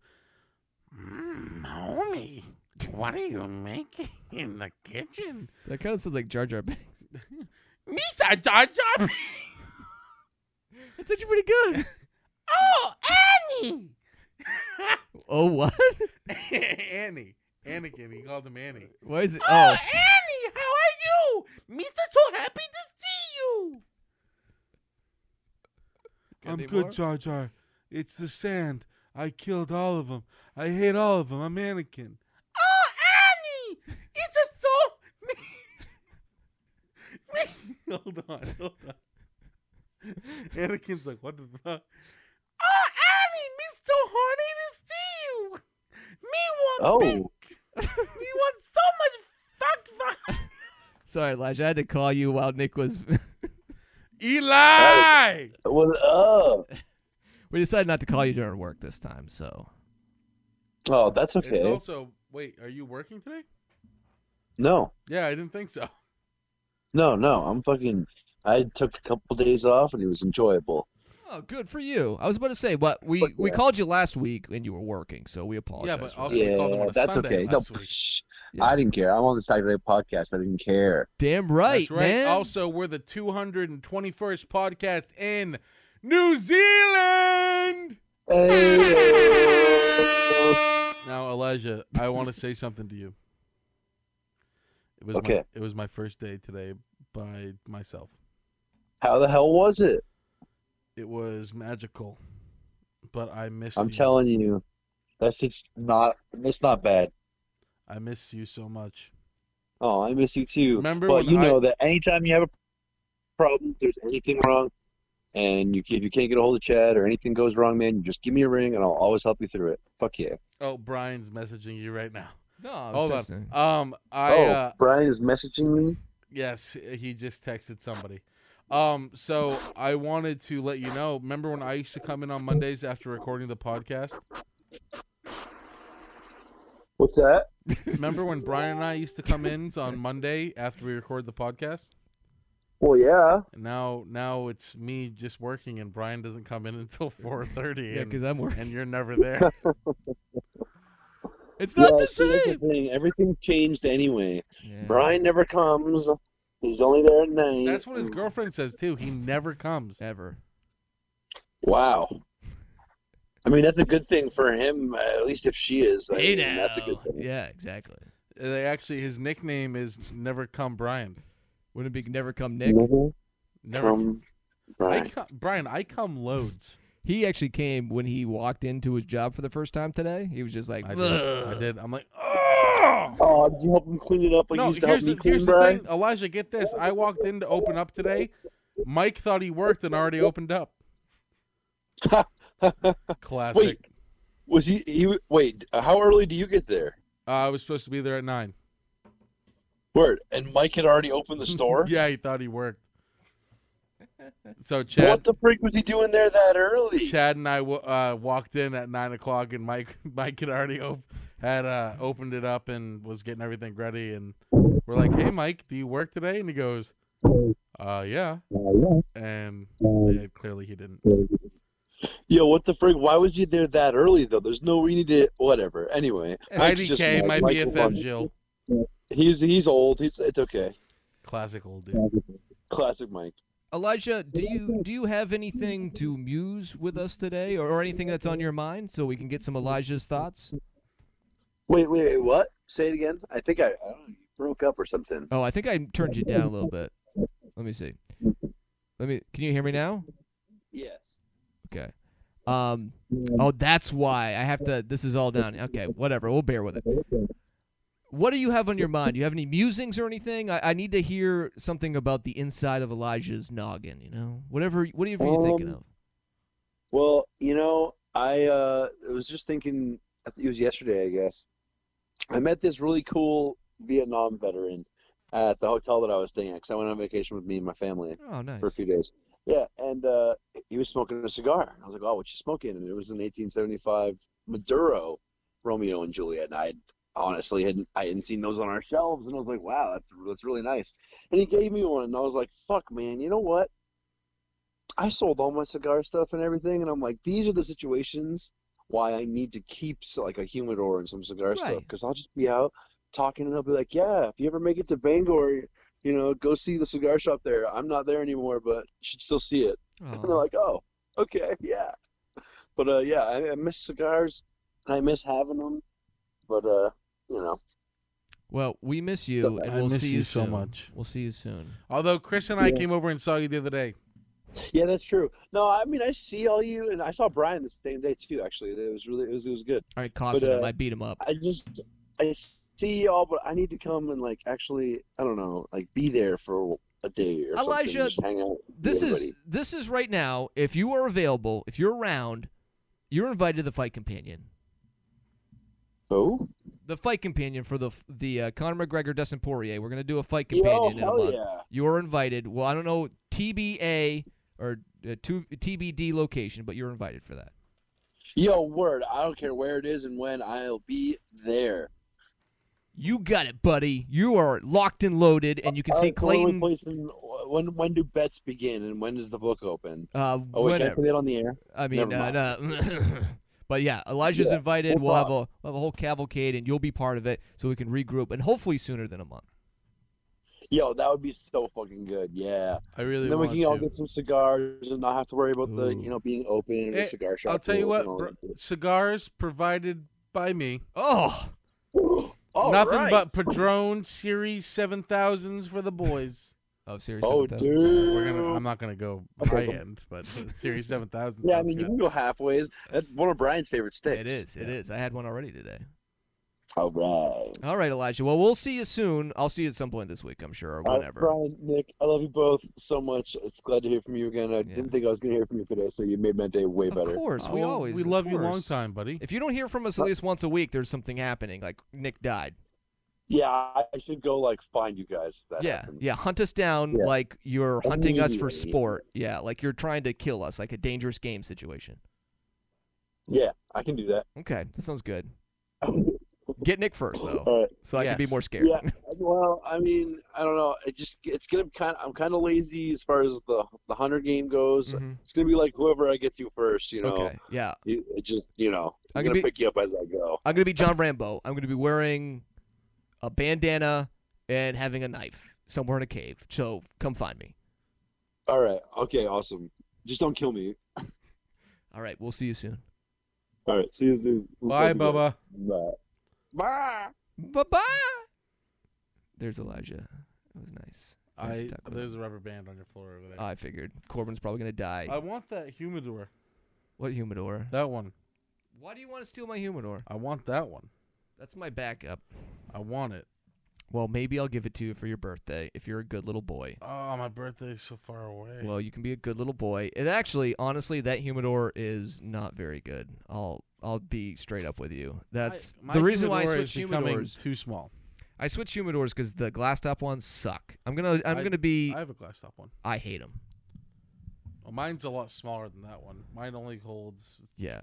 Mm, homie, what are you making in the kitchen? That kind of sounds like Jar Jar Binks. [LAUGHS] Misa Jar Jar. That's actually pretty good. [LAUGHS] oh, Annie. [LAUGHS] oh, what? [LAUGHS] Annie. Anakin. He called him Annie. Why is it? Oh, Oh, Annie, how are you? Misa so happy to see you. I'm Any good, more? Jar Jar. It's the sand. I killed all of them. I hate all of them. I'm Anakin. Oh, Annie! It's a [LAUGHS] so. Hold on, hold on. Anakin's like, what the fuck? Oh, Annie, Mr. Oh, He wants so much fuck. fuck. Sorry, Elijah. I had to call you while Nick was. [LAUGHS] Eli. what's up? we decided not to call you during work this time, so Oh, that's It's okay. also wait, are you working today? No, Yeah, I didn't think so. no, no. I'm fucking. I took a couple days off and it was enjoyable. Oh, good for you. I was about to say, what we But we yeah. called called you last week and you were working, so we apologize. Yeah, but also we Yeah, called them on a that's Sunday okay. No, last week. psh, Yeah. I didn't care. I'm on the Saturday Night podcast. I didn't care. damn right, That's right. man. Also, we're the 221st podcast in New Zealand. Hey. Now, Elijah, I want to say something to you. It was my Okay. it was my first day today by myself. How the hell was it? It was magical, but I missed. I'm you. telling you, that's just not. That's not bad. I miss you so much. Oh, I miss you too. Remember but when you I- know that anytime you have a problem, if there's anything wrong, and you if you can't get a hold of Chad or anything goes wrong, man, you just give me a ring and I'll always help you through it. Fuck yeah. Oh, Brian's messaging you right now. no, I was Hold on. texting. Um, I Oh, uh, Brian is messaging me. Yes, he just texted somebody. Um, so I wanted to let you know. Remember when I used to come in on Mondays after recording the podcast? What's that? Remember when Brian and I used to come in on Monday after we record the podcast? Well, yeah. And now, now it's me just working, and Brian doesn't come in until [LAUGHS] four thirty, Yeah, because and, I'm working. and you're [LAUGHS] never there. It's not yeah, the see, that's same. thing. Everything changed anyway. Yeah. Brian never comes. He's only there at night. Mm. That's what his girlfriend says too. He never comes. Ever. Wow. I mean, that's a good thing for him. uh, At least if she is, I mean, that's a good now. thing. Yeah, exactly. Uh, They actually, his nickname is Never Come Brian. Wouldn't it be never come Nick? Mhm. Never. From I Brian. come, Brian, I come loads. He actually came when he walked into his job for the first time today. He was just like, I "Ugh." did. I did. I'm like, oh. Oh, did you help him clean it up like you No, used to help here's me the, clean, here's the Brian? thing, Elijah. Get this. I walked in to open up today. Mike thought he worked and already opened up. [LAUGHS] Classic. Wait. Was he, he? Wait, how early do you get there? Uh, I was supposed to be there at nine. Word. And Mike had already opened [LAUGHS] the store. Yeah, he thought he worked. [LAUGHS] So What Chad, the freak was he doing there that early? Chad and I w- uh, walked in at nine o'clock, and Mike, [LAUGHS] Mike had already op- had uh, opened it up and was getting everything ready. And we're like, "Hey, Mike, do you work today?" And he goes, "Uh, yeah." And yeah, clearly he didn't. Yo, what the freak? Why was he there that early though? There's no reason to. Whatever. Anyway, Mike's just IDK, my Mike. Michael BFF, won. Jill. He's he's old. He's it's okay. Classic old dude. Classic Mike. Elijah, do you do you have anything to muse with us today, or, or anything that's on your mind, so we can get some Elijah's thoughts? Wait, wait, wait. What? Say it again. I think I, I don't know, you broke up or something. Oh, I think I turned you down a little bit. Let me see. Let me. Can you hear me now? Yes. Okay. Um. Oh, that's why I have to. This is all down. Okay, whatever. We'll bear with it. What do you have on your mind? Do you have any musings or anything? I, I need to hear something about the inside of Elijah's noggin. You know, whatever. Whatever you're thinking Um, of. Well, you know, I uh, was just thinking. I think it was yesterday, I guess. I met this really cool Vietnam veteran at the hotel that I was staying at because I went on vacation with me and my family Oh, nice. for a few days. Yeah, and uh, he was smoking a cigar. I was like, "Oh, what you smoking?" And it was an 1875 Maduro, Romeo and Juliet. And I honestly hadn't I hadn't seen those on our shelves, and I was like, "Wow, that's that's really nice." And he gave me one, and I was like, "Fuck, man, you know what?" I sold all my cigar stuff and everything, and I'm like, these are the situations why I need to keep s- like a humidor and some cigar stuff Right. because I'll just be out talking and I'll be like, yeah, if you ever make it to Bangor, you know, go see the cigar shop there. I'm not there anymore, but you should still see it. And they're Aw. like, oh, okay, yeah. But uh, yeah, I, I miss cigars. I miss having them, but uh, you know, Well, we miss you, and I we'll miss see you you, so soon. much. We'll see you soon. Although Chris and I came over and saw you the other day. yeah, that's true. No, I mean, I see all you, and I saw Brian the same day too. Actually, it was really, it was, it was good. All right, Costin, uh, I might beat him up. I just I see y'all, but I need to come and like actually I don't know like be there for a day or something. Elijah, just hang out. with This is everybody. this is right now. If you are available, if you're around, you're invited to the fight companion. oh the fight companion for the f- the uh, Conor McGregor Dustin Poirier. We're gonna do a fight Yo, companion in a hell month. yeah. You're invited. Well, I don't know TBA or uh, to, TBD location, but you're invited for that. Yo, word. I don't care where it is and when. I'll be there. You got it, buddy. You are locked and loaded, and you can see Alright, so when we Clayton. place in- When when do bets begin and when does the book open? Uh, Oh wait, can I whenever. put it on the air? I mean, uh, Never no. [LAUGHS] but yeah, Elijah's Yeah, invited. we'll We'll have a we'll have a whole cavalcade, and you'll be part of it, so we can regroup, and hopefully sooner than a month. Yo, that would be so fucking good. Yeah. I really then we want can all to. get some cigars and not have to worry about the Ooh. you know being open and the Eh, cigar shop. I'll tell you rules what, and all bro, that shit. cigars provided by me. Oh, [GASPS] All Nothing right. [LAUGHS] but Padron Series Seven Thousands for the boys. oh, seriously. Oh, dude. We're gonna, I'm not gonna go high [LAUGHS] Okay. end, but [LAUGHS] Series Seven Thousand. yeah, I mean you can go halfways. That's one of Brian's favorite sticks. It is. It is. I had one already today. All right. All right, Elijah. Well, we'll see you soon. I'll see you at some point this week, I'm sure, or All right, whenever. Brian, Nick, I love you both so much. It's glad to hear from you again. I didn't think I was going to hear from you today, so you made my day way of better. course, we always Oh, we of love you long course. time, buddy. If you don't hear from us at least once a week, there's something happening. Like Nick died. Yeah, I I should go like find you guys. If that yeah, happens. yeah. Hunt us down Yeah. like you're hunting us for Immediately. sport. Yeah, like you're trying to kill us, like a dangerous game situation. yeah, I can do that. Okay, that sounds good. [LAUGHS] Get Nick first though, All right. so I can be Yes. more scared. Yeah. Well, I mean, I don't know. It just it's gonna kind. I'm kind of lazy as far as the the hunter game goes. Mhm. It's gonna be like whoever I get to first. You know, Okay. Yeah, You- it just you know, I I'm could gonna be- pick you up as I go. I'm gonna be John Rambo. I'm gonna be wearing a bandana and having a knife somewhere in a cave. So come find me. All right. Okay. Awesome. Just don't kill me. All right, we'll see you soon. All right. See you soon. Bye, Bubba. Bye. Bye. Bye bye. There's Elijah. It was nice. Nice to I talk with there's him. Oh, a rubber band on your floor over there. I figured Corbin's probably gonna die. I want that humidor. what humidor? That one. Why do you want to steal my humidor? I want that one. That's my backup. I want it. Well, maybe I'll give it to you for your birthday if you're a good little boy. Oh, my birthday's so far away. Well, you can be a good little boy. And actually, honestly, that humidor is not very good. I'll I'll be straight up with you. That's My- the my reason why I humidor is switched becoming humidors. Too small. I switched humidors because the glassed up ones suck. I'm gonna I'm I- gonna be I have a glass top one. I hate them. Oh, mine's a lot smaller than that one. Mine only holds. Yeah.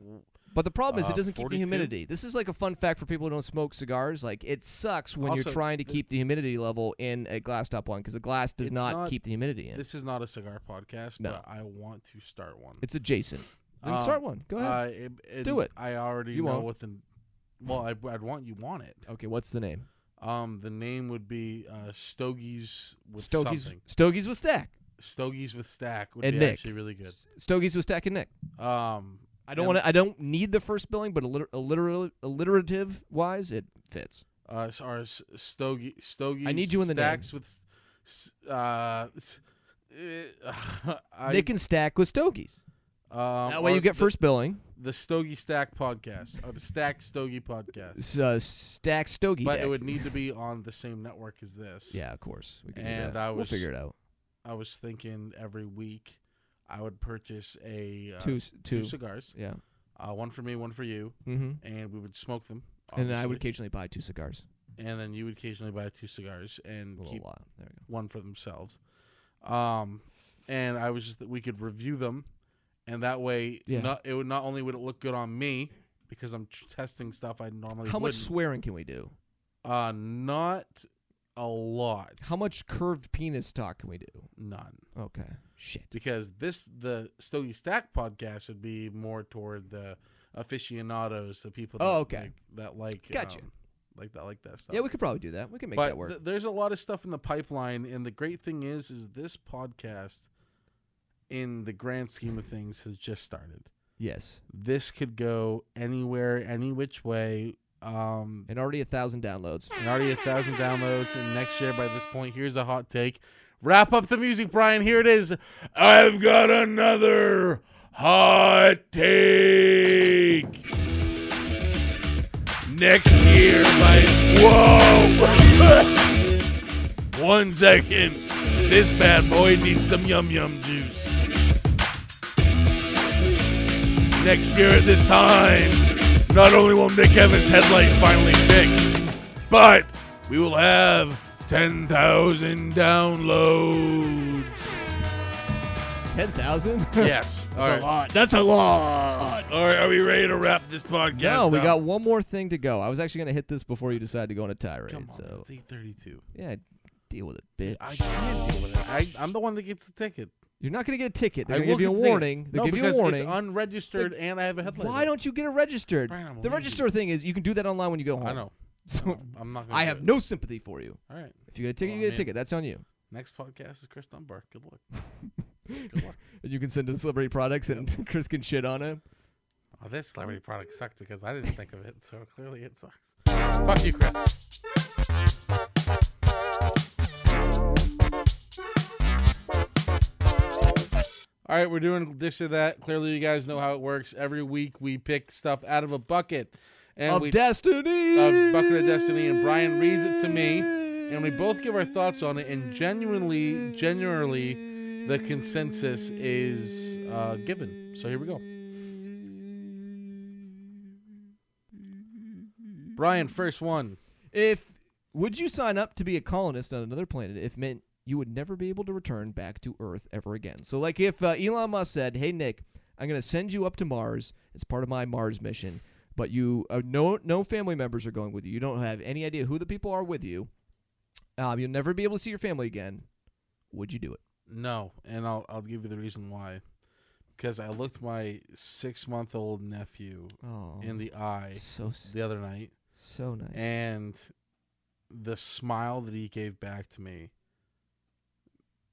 But the problem is Uh, it doesn't keep the 42? humidity. This is like a fun fact for people who don't smoke cigars. Like it sucks when Also, you're trying to this- keep the humidity level in a glass top one because a glass does It's not, not- keep the humidity in. This is not a cigar podcast, No. but I want to start one. It's adjacent. Then Um, start one. Go ahead. Uh, it, and Do it. I already You know won't. what the. Well, I, I'd want you want it. okay, what's the name? Um, the name would be uh, Stogies with Stogies. something. Stogies with Stack. Stogies with Stack would And be Nick. actually really good. Stogies with Stack and Nick. Um, I don't and, want to. I don't need the first billing, but alliter- alliter- alliterative wise, it fits. Uh, s- our s- Stogie Stogies. I need you in the name. Stacks with. s- s- Uh, s- eh, [LAUGHS] I, Nick and Stack with Stogies. um, that way you or get the- first billing. the Stogie Stack podcast or the Stack Stogie podcast. S- Uh, Stack Stogie. But Deck. it would need to be on the same network as this. Yeah, of course. We can do And that. I we'll was- figure it out. I was thinking every week I would purchase a uh, Two s- c- two. cigars, Yeah. uh, one for me, one for you, Mm-hmm. and we would smoke them. And then I would obviously, occasionally buy two cigars. and then you would occasionally buy two cigars and A little keep while. There we go. one for themselves. Um, and I was just that we could review them, and that way, Yeah. not, it would not only would it look good on me because I'm tr- testing stuff I normally How much wouldn't. swearing can we do? Uh, not a lot, How much curved penis talk can we do? none, Okay. Shit. because this the Stogie Stack podcast would be more toward the aficionados, the people. That, Oh, okay. like, that like Gotcha. um, like that, like that stuff. Yeah, we could probably do that. We can make but that work. th- there's a lot of stuff in the pipeline, and the great thing is, is this podcast, in the grand scheme of things, has just started. yes. This could go anywhere, any which way. Um, And already a thousand [LAUGHS] downloads. and already a thousand downloads, and next year by this point, here's a hot take. Wrap up the music, Brian. Here it is. I've got another hot take. Next year by whoa. [LAUGHS] One second. This bad boy needs some yum yum juice. Next year at this time, Not only will Nick Evans' headlight finally fixed, but we will have 10,000 downloads. Ten [LAUGHS] thousand? Yes. All That's right. a lot. That's a lot. All right. Are we ready to wrap this podcast? [LAUGHS] No, we up? got one more thing to go. I was actually gonna hit this before you decided to go on a tirade. Come on, so it's 8:32. yeah, deal with it, bitch. I can't deal with it. I, I'm the one that gets the ticket. You're not gonna get a ticket. They're I gonna will give you a get the ticket. warning. They no, will give you a because warning. It's unregistered, and I have a headlight. Why don't you get it registered? Brian, I'm the lazy. register thing is you can do that online when you go home. I know. I [LAUGHS] So know. I'm not. Gonna I do have it. no sympathy for you. All right. If you get a ticket, Well, you get I a mean- ticket. That's on you. Next podcast is Chris Dunbar. Good luck. And you can send to celebrity products, and [LAUGHS] Chris can shit on him. Oh, this celebrity product sucked because I didn't think of it, so clearly it sucks. Fuck you, Chris. All right, we're doing this or that. Clearly, you guys know how it works. Every week, we pick stuff out of a bucket, and of we Um, destiny. of Bucket of Destiny, and Brian reads it to me, and we both give our thoughts on it. And genuinely, genuinely, the consensus is uh, given. So here we go. Brian, first one. If would you sign up to be a colonist on another planet if meant you would never be able to return back to Earth ever again? So, like, if uh, Elon Musk said, "Hey Nick, I'm going to send you up to Mars as part of my Mars mission, but you uh, no no family members are going with you. You don't have any idea who the people are with you. Um, you'll never be able to see your family again. Would you do it? No, and I'll I'll give you the reason why. Because I looked my six month old nephew Oh, in the eye so s- the other night, so nice. and the smile that he gave back to me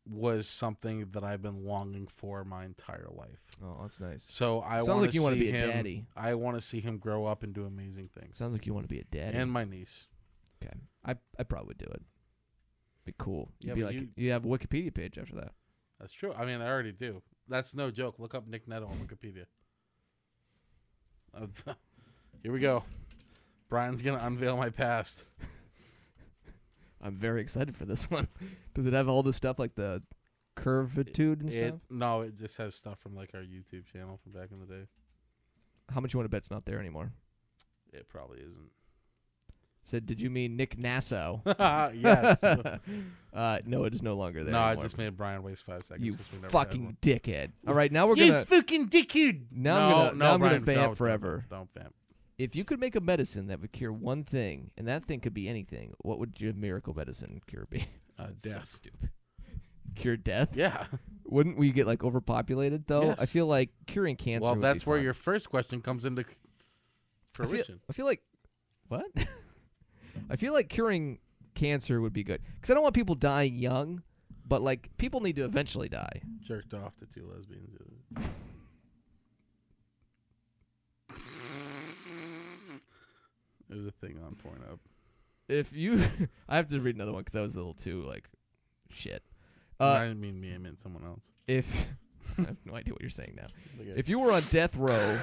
was something that I've been longing for my entire life. oh, that's nice. So I Sounds want like you want wanna to be a him, daddy. I want to see him grow up and do amazing things. Sounds like you want to be a daddy. And my niece. Okay. I I probably would do it. Be cool. You'd Yeah, be but like you, you- have a Wikipedia page after that. That's true. I mean, I already do. That's no joke. Look up Nick Nettle on Wikipedia. Uh, Here we go. Brian's gonna unveil my past. I'm very excited for this [LAUGHS] one. Does it have all the stuff like the curvitude and It, stuff? no, it just has stuff from like our YouTube channel from back in the day. How much you want to bet's not there anymore? It probably isn't. Said, did you mean Nick Nassau? [LAUGHS] yes. uh, no, it is no longer there. no, I anymore. just made Brian waste five seconds. you 'cause we never had one. fucking dickhead. All right, now we're you gonna. fucking dickhead. Now no, I'm gonna. no, now I'm Brian, gonna vamp don't, forever. Don't, do vamp. If you could make a medicine that would cure one thing, and that thing could be anything, what would your miracle medicine cure be? [LAUGHS] Uh, It's so death. stupid. [LAUGHS] Cure death? [LAUGHS] Yeah. Wouldn't we get like overpopulated though? I Yes. feel like curing cancer. well, would be that's where fun. your first question comes into c- I feel, fruition. I feel like what? [LAUGHS] I feel like curing cancer would be good because I don't want people dying young, but like people need to eventually die. Jerked off to two lesbians. It was a thing on Pornhub. If you, [LAUGHS] I have to read another one because that was a little too like shit. I Uh, didn't mean me. I meant someone else. if [LAUGHS] I have no idea what you're saying now. Okay. If you were on death row,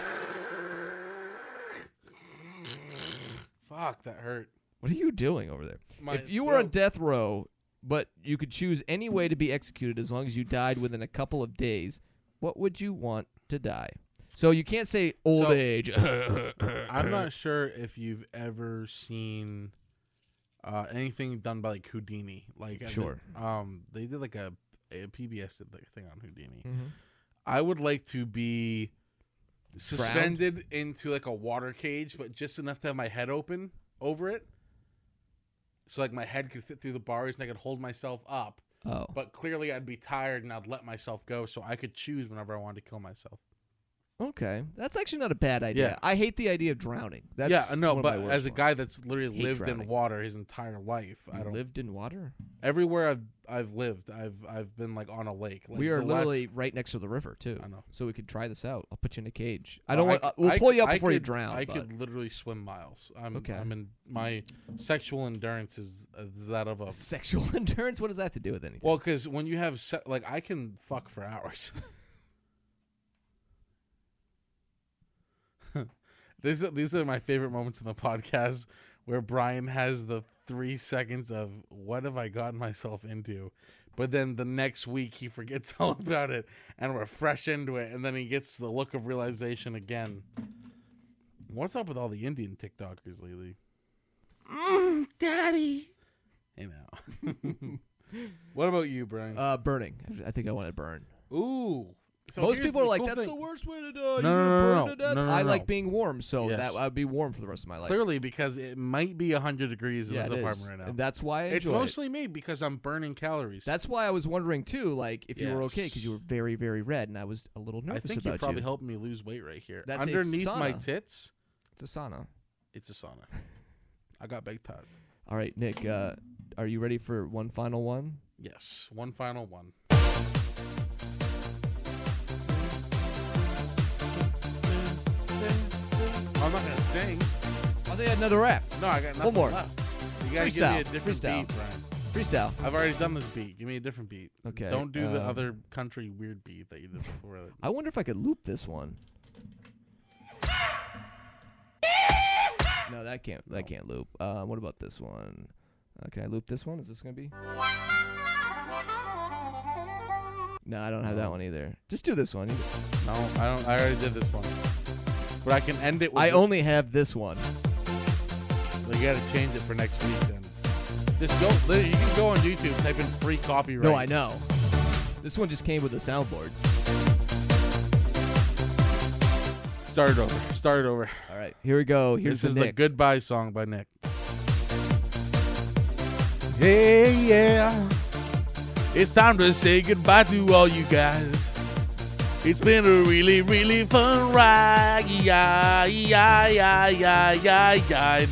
Fuck, that hurt. what are you doing over there? My if you were on throat- death row, but you could choose any way to be executed as long as you died within a couple of days, what would you want to die? So you can't say old So- [LAUGHS] age. Oh, I'm not sure if you've ever seen uh, anything done by like Houdini. Like, I did- Sure. um, they did like a, a PBS did like a thing on Houdini. I would like to be suspended into like a water cage, but just enough to have my head open over it. So like my head could fit through the bars and I could hold myself up, Oh, but clearly I'd be tired and I'd let myself go, so I could choose whenever I wanted to kill myself. okay. That's actually not a bad idea. Yeah. I hate the idea of drowning. That's yeah, no, one of but my worst as a ones. guy that's literally Hate lived drowning. in water his entire life, I You don't. lived in water. Everywhere I've I've lived, I've I've been like on a lake. Like we are the last- literally right next to the river too. I know. So we could try this out. I'll put you in a cage. I don't Well, want. uh, c- we'll I pull c- you up I before you could- drown. I but could literally swim miles. I'm, Okay. I'm in my sexual endurance is, is that of [LAUGHS] a sexual [LAUGHS] endurance. What does that have to do with anything? well, because when you have se- like I can fuck for hours. [LAUGHS] these are, these are my favorite moments in the podcast where Brian has the three seconds of what have I gotten myself into, but then the next week he forgets [LAUGHS] all about it and we're fresh into it, and then he gets the look of realization again. What's up with all the Indian TikTokers lately? Mm, daddy. You know. [LAUGHS] what about you, Brian? Uh, burning. I think I want to burn. Ooh. So Most here's people are the like, cool "That's thing." the worst way to die. You're No, gonna no, no, burn no. to death." No, no, I no. like being warm, so Yes. that I'd be warm for the rest of my life. Clearly, because it might be 100 degrees in yeah, this it is. apartment right now. And that's why I it's enjoy it. mostly me because I'm burning calories. That's why I was wondering too, like if you were okay because you were Yes. very, very red, and I was a little I nervous think you about probably you. helped me lose weight right here. That's- it's Underneath my sauna. tits, It's a sauna. it's [LAUGHS] a sauna. I got baked tots. All right, Nick, uh, are you ready for one final one? Yes, one final one. I'm not gonna sing. I think I had another rap. No, I got nothing more. left. You gotta Freestyle, give me a different freestyle. beat, Brian. Freestyle. I've already done this beat. Give me a different beat. Okay, Don't do the um, other country weird beat that you did before. I wonder if I could loop this one. No, that can't. That can't loop. Um, what about this one? Uh, can I loop this one? Is this gonna be? No, I don't have that one either. Just do this one. No, I don't. I already did this one. But I can end it. with I the- only have this one. You gotta change it for next week then. Just go. You can go on YouTube. Type in free copyright. No, I know. This one just came with a soundboard. Start it over. Start it over. All right, here we go. Oh, Here's this is the the Nick. goodbye song by Nick. Hey yeah, it's time to say goodbye to all you guys. It's been a really really fun ride. Yeah yeah yeah yeah yeah yeah.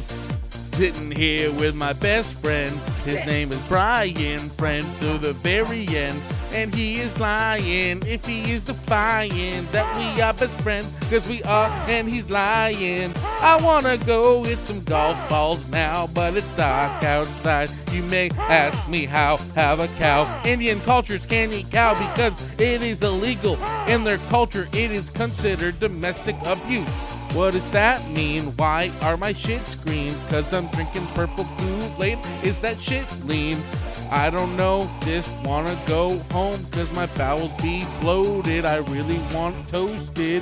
Sitting here with my best friend. His name is Brian. Friends to the very end. And he is lying if he is defying that we are best friends. Cause we are, and he's lying. I wanna go hit some golf balls now, but it's dark outside. You may ask me how, have a cow. Indian cultures can't eat cow because it is illegal. In their culture, it is considered domestic abuse. What does that mean? Why are my shits green? Cause I'm drinking purple Kool-Aid. Is that shit lean? I don't know. Just wanna go home cause my bowels be bloated. I really want toasted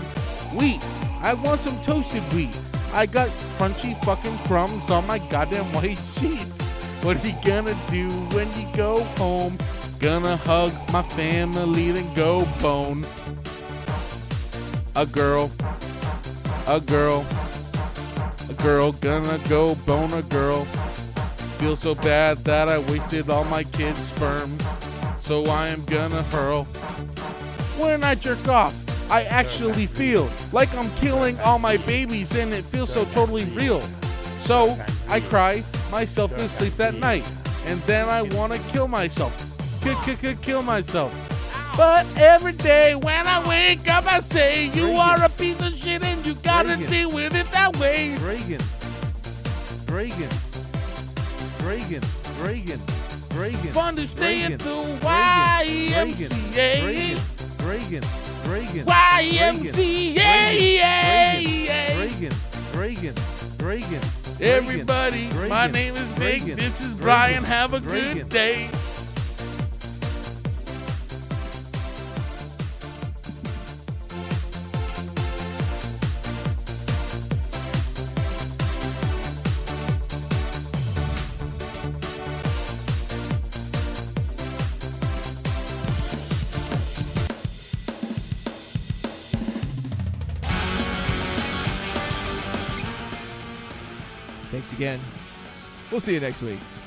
wheat. I want some toasted wheat. I got crunchy fucking crumbs on my goddamn white [LAUGHS] sheets. What are you gonna do when you go home? Gonna hug my family, then go bone a girl a girl, a girl gonna go bone a girl. Feel so bad that I wasted all my kids' sperm, so I am gonna hurl. When I jerk off, I actually feel like I'm killing all my babies, and it feels so totally real. So I cry myself to sleep that night, and then I wanna kill myself. Kill, kill, kill, kill myself. But every day when I wake up, I say, You are a piece of shit and you gotta deal with it that way. Reagan. Reagan. Reagan. Reagan. Reagan. Fun to stay at the YMCA. Reagan. Reagan. Reagan. YMCA. Reagan. Reagan. Reagan. Everybody, my name is Nick. This is Brian. Have a good day. Thanks again. We'll see you next week.